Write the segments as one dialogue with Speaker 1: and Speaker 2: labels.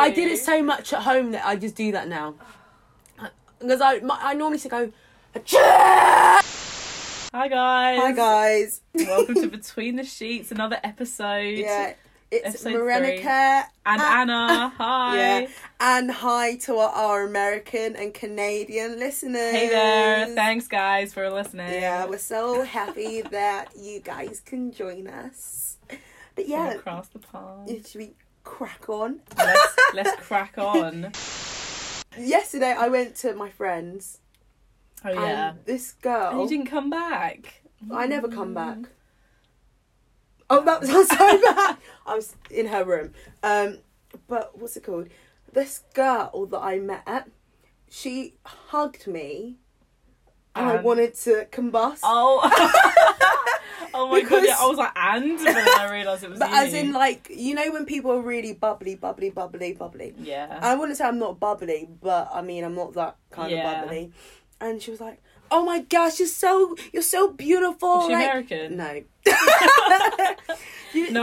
Speaker 1: I did it so much at home that I just do that now. Because I, my, I normally used to go, "Achoo!"
Speaker 2: Hi guys.
Speaker 3: Hi guys.
Speaker 2: Welcome to Between the Sheets, another episode.
Speaker 3: yeah, it's
Speaker 2: Episode three.
Speaker 3: Marenica
Speaker 2: And Anna, hi.
Speaker 3: Yeah, and hi to our, our American and Canadian listeners.
Speaker 2: Hey there. Thanks guys for listening.
Speaker 3: Yeah, we're so happy that you guys can join us. But
Speaker 2: From
Speaker 3: yeah,
Speaker 2: Across the pond.
Speaker 3: should we crack on?
Speaker 2: let's, let's crack on.
Speaker 3: Yesterday, I went to my friend's,
Speaker 2: Oh
Speaker 3: Um,
Speaker 2: yeah.
Speaker 3: and this
Speaker 2: And
Speaker 3: girl.
Speaker 2: you didn't come back.
Speaker 3: I never
Speaker 2: Mm.
Speaker 3: come back. Oh, that was so bad. I was in her room. Um, but what's it called? This girl that I met, she hugged me, and I
Speaker 2: Um,
Speaker 3: wanted to combust.
Speaker 2: Oh. oh my
Speaker 3: Because-
Speaker 2: god. Yeah, I was like, and but then I realised it was.
Speaker 3: but
Speaker 2: you.
Speaker 3: as in, like you know, when people are really bubbly, bubbly, bubbly, bubbly.
Speaker 2: Yeah.
Speaker 3: I wouldn't say I'm not bubbly, but I mean I'm not that kind
Speaker 2: Yeah.
Speaker 3: of bubbly. And she was like, "Oh my gosh, you're so you're so beautiful."
Speaker 2: Is she
Speaker 3: oh, like-
Speaker 2: American?
Speaker 3: No.
Speaker 2: No,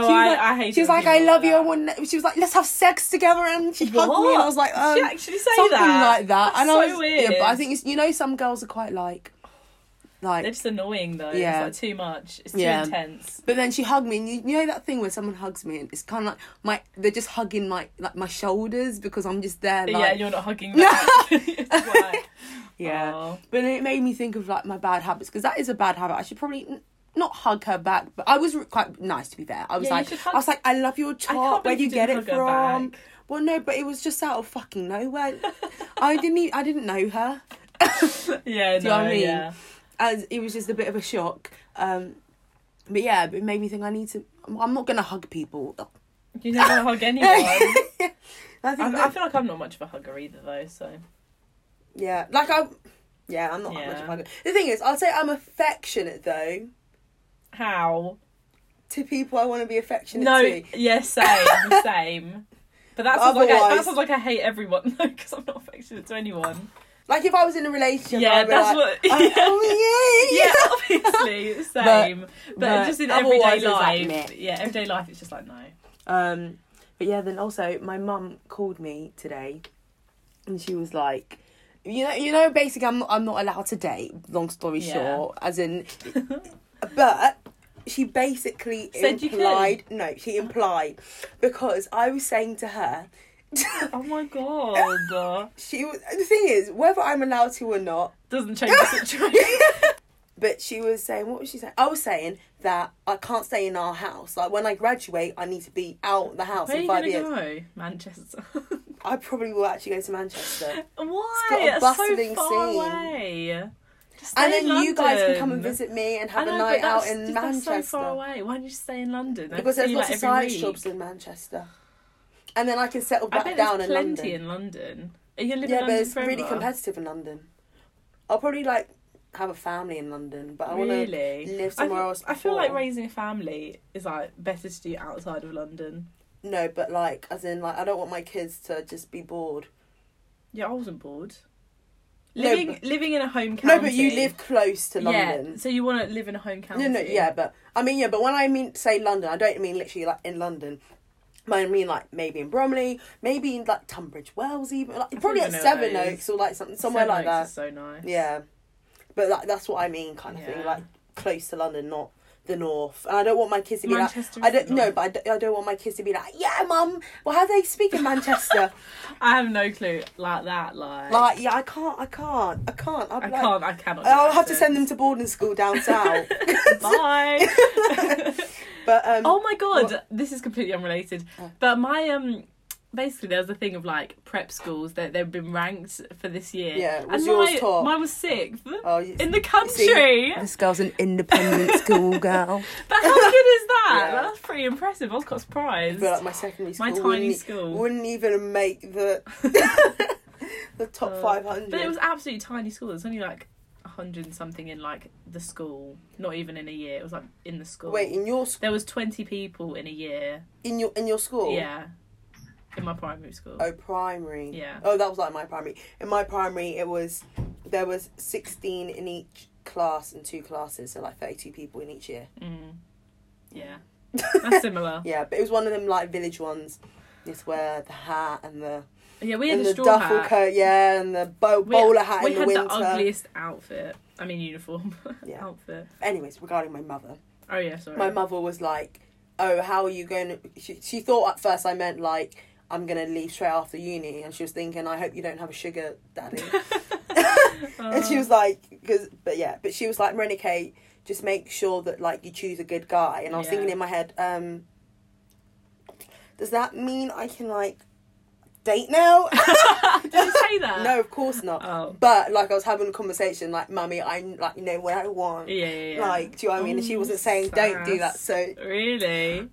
Speaker 3: She was
Speaker 2: I,
Speaker 3: like-
Speaker 2: I hate.
Speaker 3: She was like,
Speaker 2: when people
Speaker 3: "I love
Speaker 2: that.
Speaker 3: you." I want. She was like, "Let's have sex together," and she hugged me, and I was like,
Speaker 2: Did
Speaker 3: um,
Speaker 2: she actually say
Speaker 3: something
Speaker 2: that?
Speaker 3: like that.
Speaker 2: That's
Speaker 3: and I
Speaker 2: so
Speaker 3: was,
Speaker 2: weird.
Speaker 3: Yeah, but I think it's, you know some girls are quite like,
Speaker 2: They're
Speaker 3: like.
Speaker 2: just annoying though.
Speaker 3: Yeah.
Speaker 2: It's like too much. It's too
Speaker 3: Yeah.
Speaker 2: intense.
Speaker 3: But then she hugged me, and you, you know that thing when someone hugs me, and it's kind of like my they're just hugging my like my shoulders because I'm just there. Like,
Speaker 2: But yeah, you're not hugging
Speaker 3: No.
Speaker 2: back. It's like,
Speaker 3: Yeah.
Speaker 2: oh.
Speaker 3: But it made me think of like my bad habits because that is a bad habit. I should probably. N- not hug her back, but I was re- quite nice to be fair. I was
Speaker 2: Yeah, you
Speaker 3: like,
Speaker 2: should
Speaker 3: I
Speaker 2: hug-
Speaker 3: was like, I love your top. Where
Speaker 2: believe
Speaker 3: do you
Speaker 2: you
Speaker 3: get it
Speaker 2: didn't hug her
Speaker 3: from?
Speaker 2: back.
Speaker 3: Well, no, but it was just out of fucking nowhere. I didn't. e- I didn't know her.
Speaker 2: Yeah,
Speaker 3: Do you
Speaker 2: no,
Speaker 3: know what I mean?
Speaker 2: yeah.
Speaker 3: As it was just a bit of a shock. Um, but yeah, but it made me think I need to. I'm not gonna hug people.
Speaker 2: You never hug anyone. I,
Speaker 3: I think.
Speaker 2: I feel like I'm not much of a hugger either, though. So
Speaker 3: yeah, like I. Yeah, I'm not that much
Speaker 2: Yeah.
Speaker 3: of a hugger. The thing is, I'll say I'm affectionate though
Speaker 2: how?
Speaker 3: to people I want to be affectionate
Speaker 2: No,
Speaker 3: to.
Speaker 2: yeah, same, same. But that sounds like I, that
Speaker 3: Otherwise-
Speaker 2: sounds like I hate everyone though, because I'm not affectionate to anyone.
Speaker 3: Like if I was in a relationship,
Speaker 2: Yeah,
Speaker 3: I'd be
Speaker 2: that's
Speaker 3: like,
Speaker 2: what-
Speaker 3: I- oh, yeah,
Speaker 2: Yeah, obviously, same. But,
Speaker 3: but
Speaker 2: just in
Speaker 3: otherwise
Speaker 2: everyday
Speaker 3: it's like
Speaker 2: life,
Speaker 3: meh.
Speaker 2: yeah, everyday life, it's just like no.
Speaker 3: Um, but yeah, then also my mum called me today, and she was like, you know, you know, basically, I'm I'm not allowed to date. Long story
Speaker 2: Yeah.
Speaker 3: short, as in, but she basically
Speaker 2: Said you could.
Speaker 3: implied. No, she implied because I was saying to her.
Speaker 2: Oh my god,
Speaker 3: she was the thing is whether I'm allowed to or not.
Speaker 2: doesn't change the situation.
Speaker 3: But she was saying, what was she saying? I was saying that I can't stay in our house. Like when I graduate, I need to be out the house
Speaker 2: Where are
Speaker 3: in
Speaker 2: you
Speaker 3: five
Speaker 2: gonna
Speaker 3: years.
Speaker 2: go? Manchester.
Speaker 3: I probably will actually go to Manchester.
Speaker 2: Why?
Speaker 3: got a
Speaker 2: It's so
Speaker 3: bustling
Speaker 2: far
Speaker 3: scene.
Speaker 2: away. Just stay
Speaker 3: and then
Speaker 2: in
Speaker 3: you guys can come and
Speaker 2: London.
Speaker 3: visit me and
Speaker 2: I
Speaker 3: have a
Speaker 2: know, but
Speaker 3: night out
Speaker 2: that's-
Speaker 3: in
Speaker 2: just that's
Speaker 3: Manchester.
Speaker 2: so far away. Why don't you stay in London? I
Speaker 3: Because
Speaker 2: see
Speaker 3: there's
Speaker 2: you,
Speaker 3: lots
Speaker 2: like,
Speaker 3: of
Speaker 2: every
Speaker 3: side
Speaker 2: week.
Speaker 3: shops in Manchester. And then I can settle
Speaker 2: I
Speaker 3: back
Speaker 2: bet
Speaker 3: down
Speaker 2: there's
Speaker 3: in London.
Speaker 2: plenty in London. Are you gonna live
Speaker 3: yeah,
Speaker 2: in
Speaker 3: but
Speaker 2: London
Speaker 3: it's really
Speaker 2: forever?
Speaker 3: competitive in London. I'll probably like have a family in London, but I want to.
Speaker 2: Really?
Speaker 3: live
Speaker 2: I
Speaker 3: somewhere
Speaker 2: think-
Speaker 3: else
Speaker 2: I feel like
Speaker 3: before.
Speaker 2: raising a family is like better to do outside of London.
Speaker 3: No, but like, as in, like, I don't want my kids to just be bored.
Speaker 2: Yeah, I wasn't bored.
Speaker 3: No,
Speaker 2: Living
Speaker 3: but-
Speaker 2: living in a home county.
Speaker 3: No, but you live close to London.
Speaker 2: Yeah, so you want to live in a home county.
Speaker 3: No, no, yeah, but I mean, yeah, but when I mean say London, I don't mean literally like in London. I mean like maybe in Bromley, maybe in like Tunbridge Wells, even like,
Speaker 2: think
Speaker 3: probably
Speaker 2: I
Speaker 3: at
Speaker 2: know
Speaker 3: Seven
Speaker 2: those.
Speaker 3: Oaks or like something somewhere like
Speaker 2: Seven Oaks
Speaker 3: that.
Speaker 2: is so nice.
Speaker 3: Yeah, but like that's what I mean, kind of
Speaker 2: Yeah.
Speaker 3: thing, like close to London, not the north. And I don't want my kids to be
Speaker 2: Manchester
Speaker 3: like,
Speaker 2: is
Speaker 3: I don't
Speaker 2: the
Speaker 3: no,
Speaker 2: north.
Speaker 3: but I don't, I don't want my kids to be like, yeah, mum, well, how do they speak in Manchester?
Speaker 2: I have no clue like that. Like,
Speaker 3: like, yeah, I can't, I can't, I can't. I'll
Speaker 2: I
Speaker 3: be like,
Speaker 2: can't. I cannot. do
Speaker 3: I'll have to send
Speaker 2: accents.
Speaker 3: them to boarding school down south.
Speaker 2: Bye.
Speaker 3: but um,
Speaker 2: oh my god, this is completely unrelated.
Speaker 3: Oh.
Speaker 2: But my um basically there was a thing of like prep schools that they've been ranked for this year.
Speaker 3: Yeah, was
Speaker 2: and
Speaker 3: yours
Speaker 2: my,
Speaker 3: top?
Speaker 2: mine was sixth
Speaker 3: Oh, you-
Speaker 2: in the country.
Speaker 3: This girl's an independent schoolgirl.
Speaker 2: But how good is that?
Speaker 3: Yeah.
Speaker 2: That's pretty impressive. I was quite surprised.
Speaker 3: But like my secondary school,
Speaker 2: My tiny
Speaker 3: wouldn't, e-
Speaker 2: school.
Speaker 3: wouldn't even make the the top
Speaker 2: Uh,
Speaker 3: five hundred.
Speaker 2: But it was absolutely tiny school. There's only like a hundred and something in like the school. Not even in a year. It was like in the school.
Speaker 3: Wait, in your sc-
Speaker 2: There was twenty people in a year.
Speaker 3: in your in your school?
Speaker 2: Yeah. In my primary school.
Speaker 3: Oh, primary.
Speaker 2: Yeah.
Speaker 3: Oh, that was like my primary. In my primary, it was there was sixteen in each class and two classes, so like thirty-two people in each year.
Speaker 2: Mm. Yeah. That's similar.
Speaker 3: yeah, but it was one of them like village ones.
Speaker 4: It's where the hat and the
Speaker 2: Yeah, we had
Speaker 4: and
Speaker 2: a
Speaker 4: the
Speaker 2: straw
Speaker 4: duffel
Speaker 2: hat.
Speaker 4: coat, yeah, and the bo-
Speaker 2: We-
Speaker 4: bowler hat
Speaker 2: We
Speaker 4: in the
Speaker 2: had
Speaker 4: winter.
Speaker 2: the ugliest outfit. I mean, uniform
Speaker 4: Yeah.
Speaker 2: outfit.
Speaker 4: Anyways, regarding my mother,
Speaker 2: Oh yeah, sorry.
Speaker 4: my mother was like, "Oh, how are you going?" to... She, she thought at first I meant like I'm gonna leave straight after uni, and she was thinking, "I hope you don't have a sugar daddy." and she was like, "Cause," but yeah, but she was like, "Renegade, just make sure that like you choose a good guy." And I was
Speaker 2: Yeah.
Speaker 4: thinking in my head, um, does that mean I can like date now?
Speaker 2: Did you say that?
Speaker 4: no, of course not.
Speaker 2: Oh.
Speaker 4: But like I was having a conversation, like, "Mummy, I like you know what I want."
Speaker 2: Yeah, yeah, yeah.
Speaker 4: Like, do you know what I mean? And she
Speaker 2: Oh,
Speaker 4: wasn't saying don't do that,
Speaker 2: sass.
Speaker 4: so
Speaker 2: Really?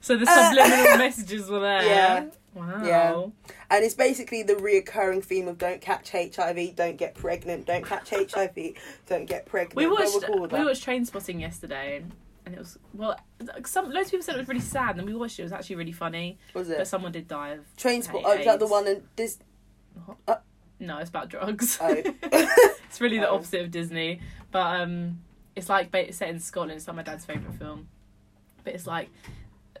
Speaker 2: So the
Speaker 4: Uh,
Speaker 2: subliminal messages were there.
Speaker 4: Yeah.
Speaker 2: Wow.
Speaker 4: And it's basically the reoccurring theme of don't catch HIV, don't get pregnant, don't catch HIV, don't get pregnant.
Speaker 2: We
Speaker 4: What
Speaker 2: watched
Speaker 4: we're called
Speaker 2: we
Speaker 4: that.
Speaker 2: watched Train Spotting yesterday, and it was well. Some loads of people said it was really sad, and we watched it. It was actually really funny,
Speaker 4: was
Speaker 2: but
Speaker 4: it?
Speaker 2: someone did die of.
Speaker 4: Train spot.
Speaker 2: Hey,
Speaker 4: Oh, is that the
Speaker 2: AIDS.
Speaker 4: one? And this.
Speaker 2: No, it's about drugs.
Speaker 4: Oh.
Speaker 2: it's really the
Speaker 4: Oh.
Speaker 2: opposite of Disney, but um, it's like ba- set in Scotland. It's like my dad's favorite film, but it's like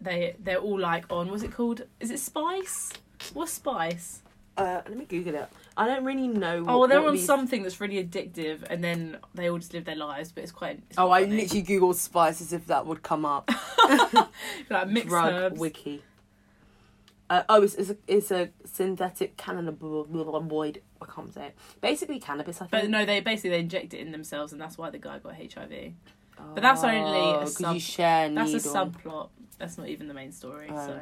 Speaker 2: they they're all like on. What's it called? Is it Spice? What's Spice?
Speaker 3: Uh, let me Google it. I don't really know.
Speaker 2: Oh, well, they're
Speaker 3: what
Speaker 2: on
Speaker 3: these-
Speaker 2: something that's really addictive, and then they all just live their lives. But it's quite. It's
Speaker 3: Oh, I
Speaker 2: funny.
Speaker 3: literally googled spice as if that would come up.
Speaker 2: like mixed
Speaker 3: Drug
Speaker 2: herbs.
Speaker 3: wiki. Uh, oh, it's, it's, a, it's a synthetic cannabinoid. I can't say it. Basically, cannabis. I think.
Speaker 2: But no, they basically they inject it in themselves, and that's why the guy got HIV. but that's only a
Speaker 3: Oh, 'cause
Speaker 2: sub-
Speaker 3: you share a
Speaker 2: That's
Speaker 3: needle.
Speaker 2: a subplot. That's not even the main story.
Speaker 3: Oh.
Speaker 2: So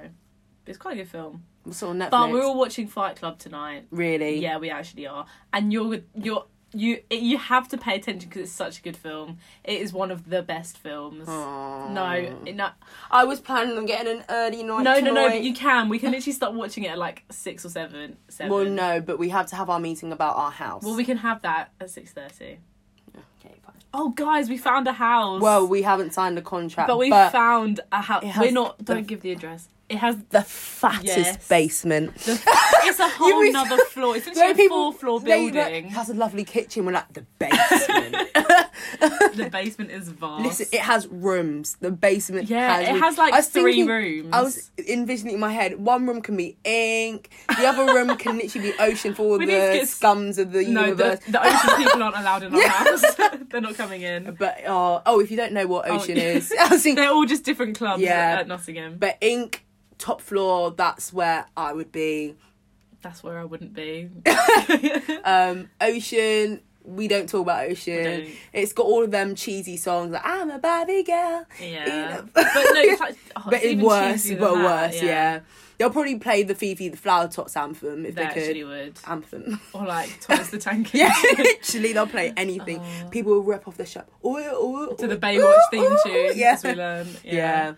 Speaker 2: it's quite a good film.
Speaker 3: What's it on Netflix?
Speaker 2: But we're all watching Fight Club tonight.
Speaker 3: really.
Speaker 2: Yeah, we actually are. And you're you're you it, you have to pay attention because it's such a good film. It is one of the best films.
Speaker 3: Aw.
Speaker 2: No, it- no,
Speaker 3: I was planning on getting an early night.
Speaker 2: no, no,
Speaker 3: tonight.
Speaker 2: no. But you can. We can literally start watching it at like six or seven. Seven.
Speaker 3: Well, no, but we have to have our meeting about our house.
Speaker 2: Well, we can have that at six thirty.
Speaker 3: Okay, fine.
Speaker 2: Oh, guys, we found a house.
Speaker 3: Well, we haven't signed a contract,
Speaker 2: but we found a house.
Speaker 3: It has
Speaker 2: We're not.
Speaker 3: the-
Speaker 2: Don't give the address. It has.
Speaker 3: the fattest
Speaker 2: Yes.
Speaker 3: basement.
Speaker 2: The, it's a whole
Speaker 3: always-
Speaker 2: nother floor. It's
Speaker 3: No
Speaker 2: literally a four floor
Speaker 3: they-
Speaker 2: building.
Speaker 3: they- has a lovely kitchen. We're like the basement.
Speaker 2: the basement is vast.
Speaker 3: Listen, it has rooms. The basement.
Speaker 2: yeah,
Speaker 3: has
Speaker 2: it
Speaker 3: rooms.
Speaker 2: has like
Speaker 3: I was
Speaker 2: three
Speaker 3: thinking-
Speaker 2: rooms.
Speaker 3: I was envisioning in my head one room can be ink, the other room can literally be ocean for all
Speaker 2: We
Speaker 3: the
Speaker 2: need to get s-
Speaker 3: scums of the
Speaker 2: no, the,
Speaker 3: universe.
Speaker 2: the ocean people aren't allowed in our house. They're not coming in.
Speaker 3: But uh, oh, if you don't know what ocean
Speaker 2: yeah.
Speaker 3: is, I was thinking,
Speaker 2: They're all just different clubs
Speaker 3: Yeah.
Speaker 2: at, at Nottingham.
Speaker 3: but ink top floor. That's where I would be.
Speaker 2: That's where I wouldn't be.
Speaker 3: Um, ocean. We don't talk about ocean.
Speaker 2: We don't.
Speaker 3: It's got all of them cheesy songs like "I'm a Barbie girl,"
Speaker 2: yeah, but no, it's like, oh,
Speaker 3: but
Speaker 2: it's
Speaker 3: it's
Speaker 2: even
Speaker 3: worse,
Speaker 2: cheesier
Speaker 3: but
Speaker 2: than that,
Speaker 3: worse. Yeah. they'll probably play the Fifi the Flower Tots anthem if
Speaker 2: They
Speaker 3: they, could.
Speaker 2: actually would.
Speaker 3: Anthem.
Speaker 2: Or like Thomas the Tank Engine.
Speaker 3: Yeah, literally, they'll play anything.
Speaker 2: Oh.
Speaker 3: People will rip off their shirt. Ooh, ooh, ooh,
Speaker 2: to the
Speaker 3: ooh,
Speaker 2: Baywatch theme
Speaker 3: ooh,
Speaker 2: tune.
Speaker 3: Yeah.
Speaker 2: as we learn. Yeah.
Speaker 3: yeah,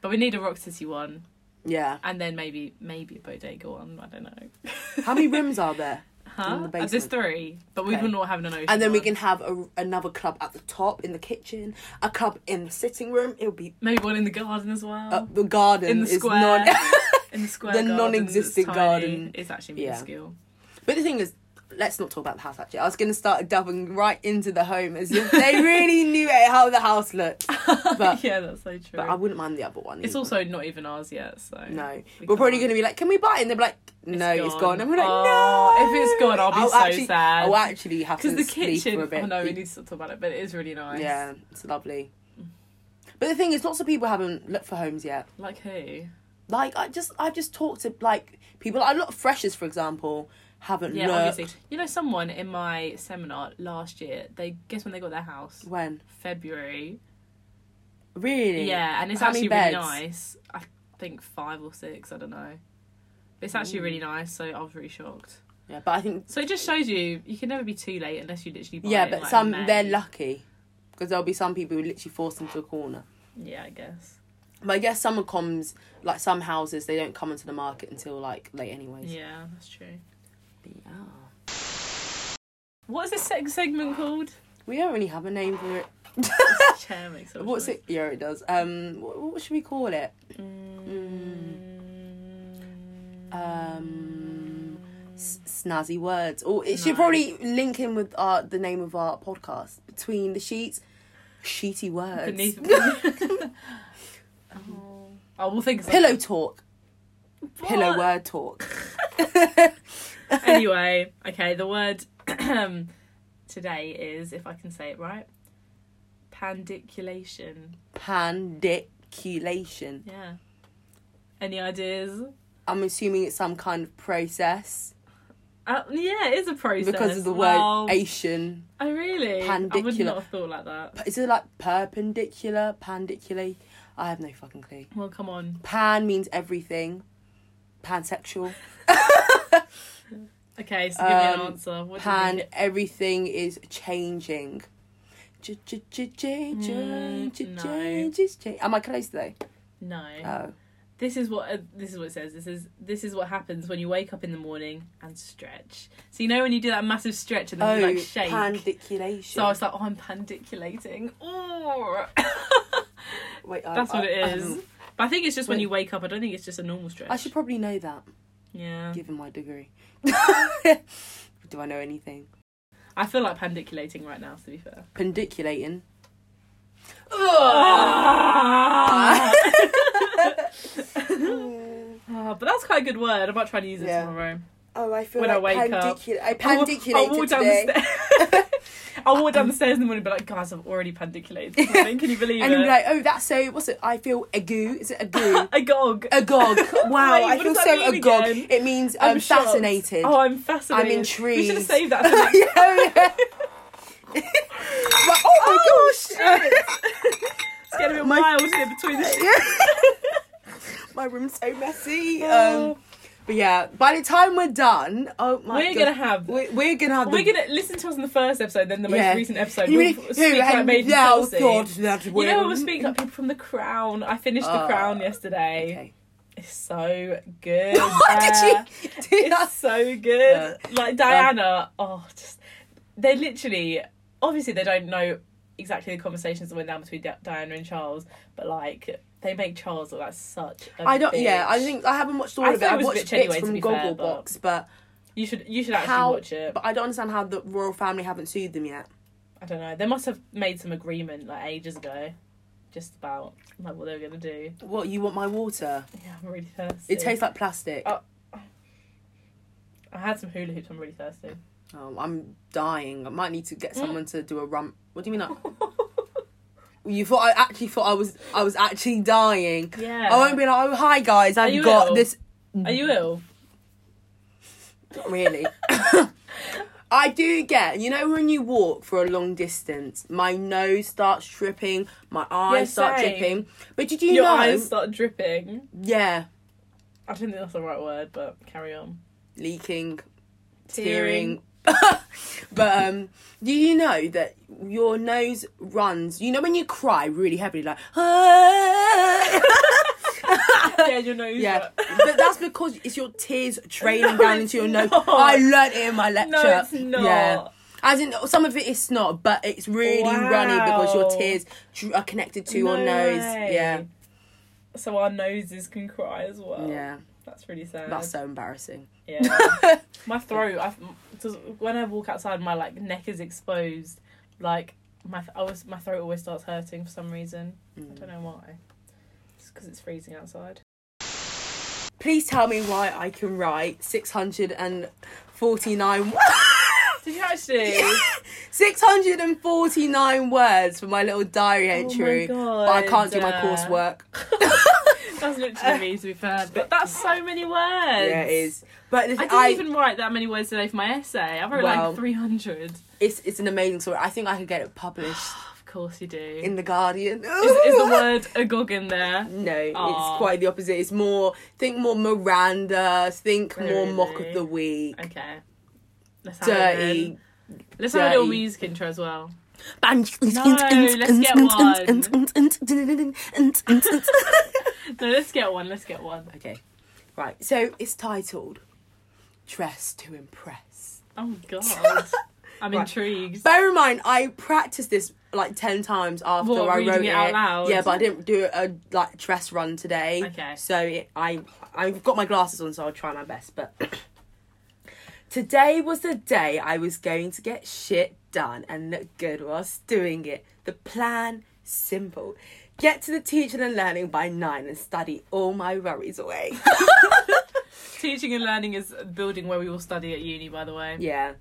Speaker 2: but we need a Rock City one,
Speaker 3: yeah.
Speaker 2: and then maybe maybe a Bodega one. I don't know.
Speaker 3: How many rooms are there?
Speaker 2: Huh?
Speaker 3: In the
Speaker 2: Uh, There's
Speaker 3: basement.
Speaker 2: three, but we
Speaker 3: Okay.
Speaker 2: will not have an ocean.
Speaker 3: And then we
Speaker 2: one.
Speaker 3: can have a, another club at the top in the kitchen, a club in the sitting room. It'll be
Speaker 2: maybe one in the garden as well.
Speaker 3: uh, the garden
Speaker 2: Oh, in the
Speaker 3: is
Speaker 2: square.
Speaker 3: non.
Speaker 2: in the square.
Speaker 3: the
Speaker 2: garden
Speaker 3: non-existent
Speaker 2: that's tiny.
Speaker 3: garden.
Speaker 2: It's actually
Speaker 3: Yeah.
Speaker 2: minuscule.
Speaker 3: But the thing is, let's not talk about the house actually. I was going to start delving right into the home as if they really knew it, how the house looked.
Speaker 2: Yeah,
Speaker 3: But,
Speaker 2: that's so true.
Speaker 3: but I wouldn't mind the other one.
Speaker 2: it's
Speaker 3: either.
Speaker 2: also not even ours yet, so
Speaker 3: No.
Speaker 2: we
Speaker 3: We are probably
Speaker 2: can't.
Speaker 3: going to be like, can we buy it? And they'll be like, no, it's gone. And we're like,
Speaker 2: Oh,
Speaker 3: no.
Speaker 2: if it's gone, I'll be so
Speaker 3: actually,
Speaker 2: sad.
Speaker 3: I'll actually have to
Speaker 2: Because the
Speaker 3: sleep
Speaker 2: kitchen.
Speaker 3: for a bit.
Speaker 2: Oh no, we need to talk about it, but it is really nice.
Speaker 3: Yeah, it's lovely. But the thing is, lots of people haven't looked for homes yet.
Speaker 2: Like who?
Speaker 3: Like I just, I just talked to like people. A lot of freshers, for example, haven't
Speaker 2: Yeah,
Speaker 3: looked.
Speaker 2: obviously. You know, someone in my seminar last year, they guess when they got their house?
Speaker 3: When
Speaker 2: February.
Speaker 3: really?
Speaker 2: Yeah, and it's
Speaker 3: How many
Speaker 2: actually really
Speaker 3: beds?
Speaker 2: nice. I think five or six, I don't know. It's actually really nice, so I was really shocked.
Speaker 3: Yeah, but I think
Speaker 2: So it just shows you you can never be too late unless you literally buy
Speaker 3: yeah,
Speaker 2: it,
Speaker 3: but
Speaker 2: like,
Speaker 3: some
Speaker 2: May.
Speaker 3: they're lucky because there'll be some people who literally force them to a corner.
Speaker 2: Yeah, I guess.
Speaker 3: But I guess some comms like some houses they don't come into the market until like late anyways.
Speaker 2: Yeah, that's true.
Speaker 3: But yeah.
Speaker 2: What is this sex segment called?
Speaker 3: We don't really have a name for it.
Speaker 2: This chair makes so much
Speaker 3: What's
Speaker 2: noise.
Speaker 3: it? Yeah, it does. Um, what, what should we call it? Mm. Um, s- snazzy words. Or it should
Speaker 2: No.
Speaker 3: probably link in with our the name of our podcast. Between the sheets, sheety words.
Speaker 2: Beneath. oh, we'll think of something.
Speaker 3: Pillow talk. pillow
Speaker 2: What?
Speaker 3: word talk.
Speaker 2: anyway, okay, the word today is, if I can say it right, pandiculation.
Speaker 3: Pandiculation.
Speaker 2: Yeah. Any ideas?
Speaker 3: I'm assuming it's some kind of process
Speaker 2: Uh, yeah, it is a process.
Speaker 3: because of the word
Speaker 2: Wow.
Speaker 3: Asian.
Speaker 2: Oh, really? I would
Speaker 3: Pandicular.
Speaker 2: not have thought like that.
Speaker 3: Is it like perpendicular, pandiculate? I have no fucking clue.
Speaker 2: Well, come on.
Speaker 3: Pan means everything. Pansexual.
Speaker 2: Okay, so give me an
Speaker 3: Um,
Speaker 2: answer. What do you
Speaker 3: Pan
Speaker 2: think
Speaker 3: everything is changing. Ch- ch- ch- change,
Speaker 2: Mm,
Speaker 3: ch-
Speaker 2: no.
Speaker 3: changes, change. Am I close though?
Speaker 2: it- No.
Speaker 3: Oh.
Speaker 2: This is what uh, this is what it says. This is this is what happens when you wake up in the morning and stretch. So you know when you do that massive stretch and then
Speaker 3: Oh,
Speaker 2: you like shake.
Speaker 3: pandiculation.
Speaker 2: so I was like, oh, I'm pandiculating. Oh.
Speaker 3: Wait, I-
Speaker 2: That's what
Speaker 3: I-
Speaker 2: it
Speaker 3: I
Speaker 2: is.
Speaker 3: haven't-
Speaker 2: but I think it's just when
Speaker 3: Wait.
Speaker 2: you wake up. I don't think it's just a normal stretch.
Speaker 3: I should probably know that.
Speaker 2: Yeah.
Speaker 3: given my degree. Do I know anything?
Speaker 2: I feel like pandiculating right now. To be fair.
Speaker 3: Pendiculating.
Speaker 2: Ah, but that's quite a good word. I might try to use it
Speaker 3: Yeah.
Speaker 2: tomorrow.
Speaker 3: Oh, I feel
Speaker 2: When I
Speaker 3: like
Speaker 2: wake up. Oh,
Speaker 3: pendicula- I
Speaker 2: I wa-
Speaker 3: pendiculated
Speaker 2: I walk down
Speaker 3: today.
Speaker 2: the stairs. I walk down the stairs in the morning, and be like, guys, I've already pandiculated. this morning. Can you believe
Speaker 3: and
Speaker 2: it?
Speaker 3: you'll be like, oh, that's so. What's it? I feel agoo. Is it agoo?
Speaker 2: agog.
Speaker 3: agog. Wow,
Speaker 2: Wait,
Speaker 3: I
Speaker 2: what
Speaker 3: feel
Speaker 2: does
Speaker 3: so
Speaker 2: that mean
Speaker 3: agog.
Speaker 2: again?
Speaker 3: It means
Speaker 2: I'm
Speaker 3: um,
Speaker 2: shocked.
Speaker 3: fascinated.
Speaker 2: Oh, I'm fascinated. We should
Speaker 3: intrigued.
Speaker 2: have saved that. For next-
Speaker 3: Yeah, yeah. But- oh my gosh!
Speaker 2: it's getting a bit
Speaker 3: My-
Speaker 2: wild here between the.
Speaker 3: my room's so messy. Um,
Speaker 2: Oh.
Speaker 3: but yeah, by the time we're done, oh my
Speaker 2: we're
Speaker 3: god,
Speaker 2: gonna have.
Speaker 3: we're, we're gonna have the
Speaker 2: We're gonna listen to us in the first episode, then the most
Speaker 3: Yeah.
Speaker 2: recent episode.
Speaker 3: You
Speaker 2: we'll
Speaker 3: really-
Speaker 2: speak
Speaker 3: who oh
Speaker 2: like
Speaker 3: had
Speaker 2: Maiden
Speaker 3: now
Speaker 2: Tulsi.
Speaker 3: thought that
Speaker 2: You know,
Speaker 3: when-
Speaker 2: we were speaking like people from The Crown. I finished
Speaker 3: Uh,
Speaker 2: The Crown yesterday.
Speaker 3: Okay.
Speaker 2: It's so good.
Speaker 3: Why did you do that?
Speaker 2: Uh, It's
Speaker 3: Uh, um,
Speaker 2: so good.
Speaker 3: Yeah.
Speaker 2: Like Diana, oh, just they literally. Obviously, they don't know exactly the conversations that went down between Di- Diana and Charles, but like they make Charles look like such. I
Speaker 3: I don't. Yeah, I think I haven't watched all of
Speaker 2: I
Speaker 3: it.
Speaker 2: thought it
Speaker 3: I've
Speaker 2: was a
Speaker 3: watched
Speaker 2: bitch
Speaker 3: bits
Speaker 2: anyway, to
Speaker 3: from
Speaker 2: be fair, but-
Speaker 3: Gogglebox, but
Speaker 2: you should you should actually
Speaker 3: how?
Speaker 2: watch it.
Speaker 3: But I don't understand how the royal family haven't sued them yet.
Speaker 2: I don't know. They must have made some agreement like ages ago, just about like what they were gonna do.
Speaker 3: What you want my water?
Speaker 2: Yeah, I'm really thirsty.
Speaker 3: It tastes like plastic.
Speaker 2: Oh. I had some hula hoops. I'm really thirsty.
Speaker 3: Oh, I'm dying. I might need to
Speaker 2: Mm.
Speaker 3: get someone to do a rump. What do you mean? I- You thought I actually thought I was I was actually dying.
Speaker 2: yeah.
Speaker 3: I won't be like, oh hi guys, I've
Speaker 2: you
Speaker 3: got
Speaker 2: ill?
Speaker 3: this.
Speaker 2: Are you ill?
Speaker 3: Not really. I do get, you know, when you walk for a long distance, my nose starts dripping, my eyes start
Speaker 2: same.
Speaker 3: dripping. But did you
Speaker 2: Your
Speaker 3: know?
Speaker 2: eyes start dripping.
Speaker 3: Yeah,
Speaker 2: I don't think that's the right word, but carry on.
Speaker 3: leaking, tearing. but um, do you know that your nose runs? You know when you cry really heavily, like.
Speaker 2: yeah, your nose.
Speaker 3: Yeah,
Speaker 2: hurt.
Speaker 3: but that's because it's your tears training
Speaker 2: No,
Speaker 3: down
Speaker 2: it's
Speaker 3: into your nose.
Speaker 2: not.
Speaker 3: I learnt it in my lecture.
Speaker 2: no, it's not.
Speaker 3: Yeah. As in, some of it is not, but it's really runny because your
Speaker 2: Wow.
Speaker 3: tears tr- are connected to your
Speaker 2: No
Speaker 3: nose.
Speaker 2: way.
Speaker 3: Yeah,
Speaker 2: So our noses can cry as well.
Speaker 3: yeah,
Speaker 2: That's really sad.
Speaker 3: that's so embarrassing.
Speaker 2: yeah. my throat. I when I walk outside, my like neck is exposed. Like my th- I was my throat always starts hurting for some reason. I don't know why. It's because it's freezing outside.
Speaker 3: Please tell me why I can write six hundred and forty-nine.
Speaker 2: Did you actually?
Speaker 3: 649 words for my little diary
Speaker 2: Oh my
Speaker 3: entry.
Speaker 2: God.
Speaker 3: but I can't do my
Speaker 2: Uh,
Speaker 3: coursework.
Speaker 2: That's literally me, to be fair. But that's so many words.
Speaker 3: Yeah, it is. But the
Speaker 2: I
Speaker 3: th-
Speaker 2: didn't
Speaker 3: I,
Speaker 2: even write that many words today for my essay. I wrote
Speaker 3: Wow.
Speaker 2: like 300.
Speaker 3: it's, it's an amazing story. I think I could get it published
Speaker 2: Of course you do.
Speaker 3: in The Guardian.
Speaker 2: is, is the word agog in there?
Speaker 3: No,
Speaker 2: Aw.
Speaker 3: it's quite the opposite. It's more, think more Miranda, think more
Speaker 2: Really?
Speaker 3: Mock of the Week,
Speaker 2: Okay. Let's have It
Speaker 3: Dirty.
Speaker 2: then. Let's have a little
Speaker 3: dirty.
Speaker 2: music intro as well.
Speaker 3: No,
Speaker 2: let's get No, let's get one. Let's get one.
Speaker 3: Okay, right. So it's titled Dress to Impress.
Speaker 2: Oh God, I'm
Speaker 3: Right.
Speaker 2: intrigued.
Speaker 3: Bear in mind, I practiced this like ten times after
Speaker 2: What,
Speaker 3: I
Speaker 2: reading
Speaker 3: wrote
Speaker 2: it out loud?
Speaker 3: Yeah, but I didn't do a like dress run today.
Speaker 2: Okay.
Speaker 3: So it, I I've got my glasses on, so I'll try my best. But today was the day I was going to get shit done and look good whilst doing it. The plan simple. Get to the teaching and learning by nine and study all my worries away.
Speaker 2: Teaching and learning is a building where we will study at uni, by the way.
Speaker 3: yeah.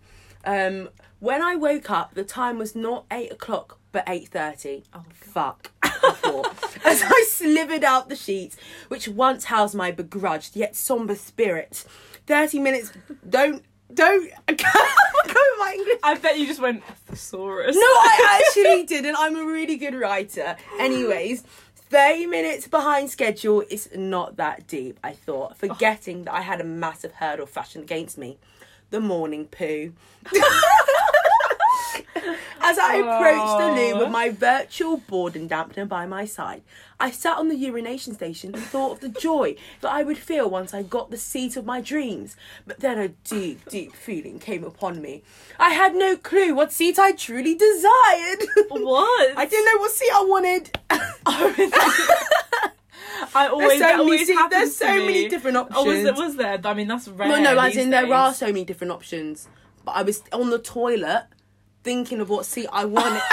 Speaker 3: Um, when I woke up, the time was not eight o'clock but eight thirty.
Speaker 2: Oh,
Speaker 3: fuck. I thought, As I slivered out the sheets, which once housed my begrudged yet somber spirit. Thirty minutes. Don't don't. I can't go with my English.
Speaker 2: I bet you just went thesaurus.
Speaker 3: No, I actually didn't. I'm a really good writer. Anyways, 30 minutes behind schedule is not that deep, I thought, forgetting that I had a massive hurdle fashioned against me the morning poo. As I approached the loo with my virtual board and dampener by my side, I sat on the urination station and thought of the joy that I would feel once I got the seat of my dreams. But then a deep, deep feeling came upon me. I had no clue what seat I truly desired.
Speaker 2: What?
Speaker 3: I didn't know what seat I wanted.
Speaker 2: I always
Speaker 3: so
Speaker 2: that
Speaker 3: many
Speaker 2: always
Speaker 3: things-
Speaker 2: happens
Speaker 3: there's
Speaker 2: to
Speaker 3: so
Speaker 2: me.
Speaker 3: many different
Speaker 2: Oh, was there,
Speaker 3: options.
Speaker 2: was there? I mean, that's rare.
Speaker 3: No, no, as
Speaker 2: these
Speaker 3: in there
Speaker 2: days.
Speaker 3: are so many different options. But I was on the toilet thinking of what seat I wanted.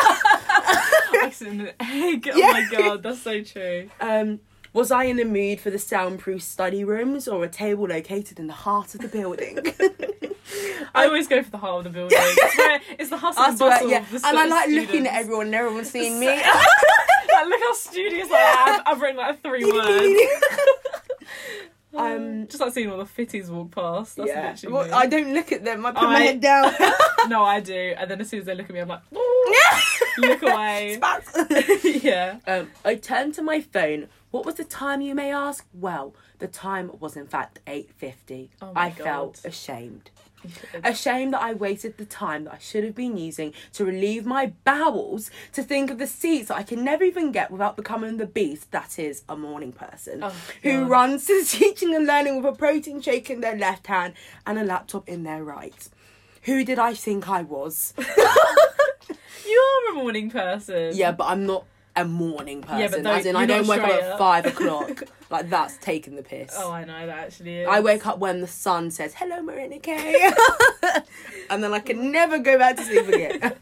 Speaker 2: Eggs and an egg. Oh
Speaker 3: Yeah.
Speaker 2: my god, that's so true.
Speaker 3: um, was I in the mood for the soundproof study rooms or a table located in the heart of the building?
Speaker 2: I always go for the heart of the building. It's, where, it's the hustle and
Speaker 3: That's where-
Speaker 2: bustle.
Speaker 3: yeah.
Speaker 2: of the
Speaker 3: And I
Speaker 2: stu-
Speaker 3: like looking
Speaker 2: students.
Speaker 3: at everyone and everyone seeing me.
Speaker 2: Like, look how studious I am. I've written like three words.
Speaker 3: um,
Speaker 2: Just like seeing all the fitties walk past. That's
Speaker 3: yeah.
Speaker 2: literally
Speaker 3: Well,
Speaker 2: me.
Speaker 3: I don't look at them. I put my
Speaker 2: I-
Speaker 3: head down.
Speaker 2: No, I do. And then as soon as they look at me, I'm like, "Ooh." look away. yeah.
Speaker 3: Um, I turned to my phone. What was the time, you may ask? Well, the time was in fact 8.50.
Speaker 2: Oh my
Speaker 3: I felt
Speaker 2: God.
Speaker 3: ashamed. Ashamed that I waited the time that I should have been using to relieve my bowels to think of the seats that I can never even get without becoming the beast that is a morning person
Speaker 2: Oh,
Speaker 3: who
Speaker 2: God.
Speaker 3: runs to teaching and learning with a protein shake in their left hand and a laptop in their right. Who did I think I was?
Speaker 2: You are a morning person.
Speaker 3: Yeah, but I'm not a morning person.
Speaker 2: Yeah, but don't-
Speaker 3: as in, I
Speaker 2: you're not
Speaker 3: don't wake up
Speaker 2: straight
Speaker 3: at
Speaker 2: up.
Speaker 3: five o'clock. like that's taking the piss.
Speaker 2: Oh, I know that actually is.
Speaker 3: I wake up when the sun says "Hello, Marina Kay," and then I can never go back to sleep again.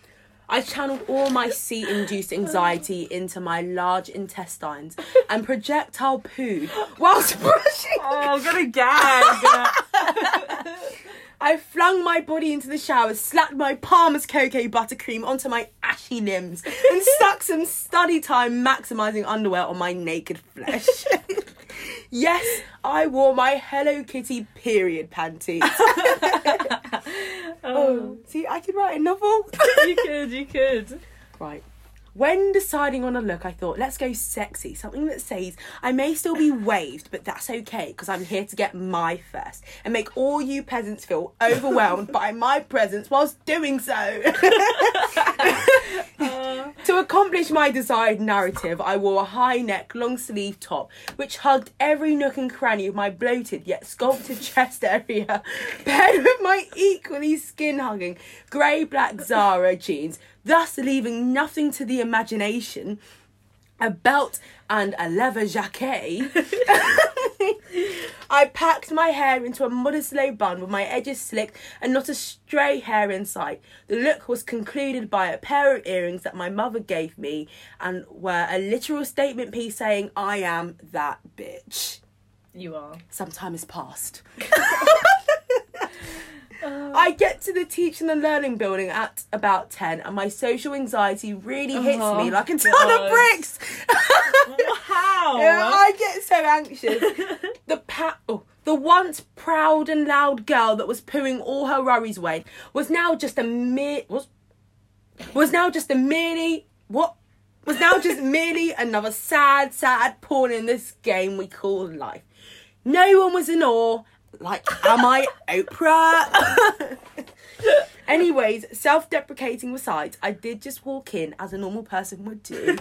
Speaker 3: I channeled all my sea-induced anxiety into my large intestines and projectile poo whilst brushing.
Speaker 2: Oh, I've got a gag.
Speaker 3: I flung my body into the shower, slapped my Palmer's cocoa buttercream onto my ashy limbs, and stuck some study time maximising underwear on my naked flesh. yes, I wore my Hello Kitty period panties.
Speaker 2: oh,
Speaker 3: See, I could write a novel.
Speaker 2: you could, you could.
Speaker 3: right. When deciding on a look, I thought, let's go sexy. Something that says, I may still be waved, but that's okay, because I'm here to get my first and make all you peasants feel overwhelmed by my presence whilst doing so.
Speaker 2: Uh,
Speaker 3: To accomplish my desired narrative, I wore a high neck, long sleeve top, which hugged every nook and cranny of my bloated yet sculpted chest area, paired with my equally skin hugging grey black Zara jeans, thus leaving nothing to the imagination. A belt and a leather jacket. I packed my hair into a modest low bun with my edges slicked and not a stray hair in sight. The look was concluded by a pair of earrings that my mother gave me and were a literal statement piece saying, I am that bitch.
Speaker 2: you are.
Speaker 3: Some time has passed. I get to the teaching and learning building at about 10 and my social anxiety really hits
Speaker 2: Oh,
Speaker 3: me like a ton of
Speaker 2: God.
Speaker 3: bricks.
Speaker 2: Wow.
Speaker 3: Yeah, I get so anxious. the pa- oh, the once proud and loud girl that was pooing all her worries away was now just a mere was was now just a merely what was now just merely another sad, sad pawn in this game we call life. No one was in awe. Like, am I Oprah? Anyways, self deprecating aside, I did just walk in as a normal person would do.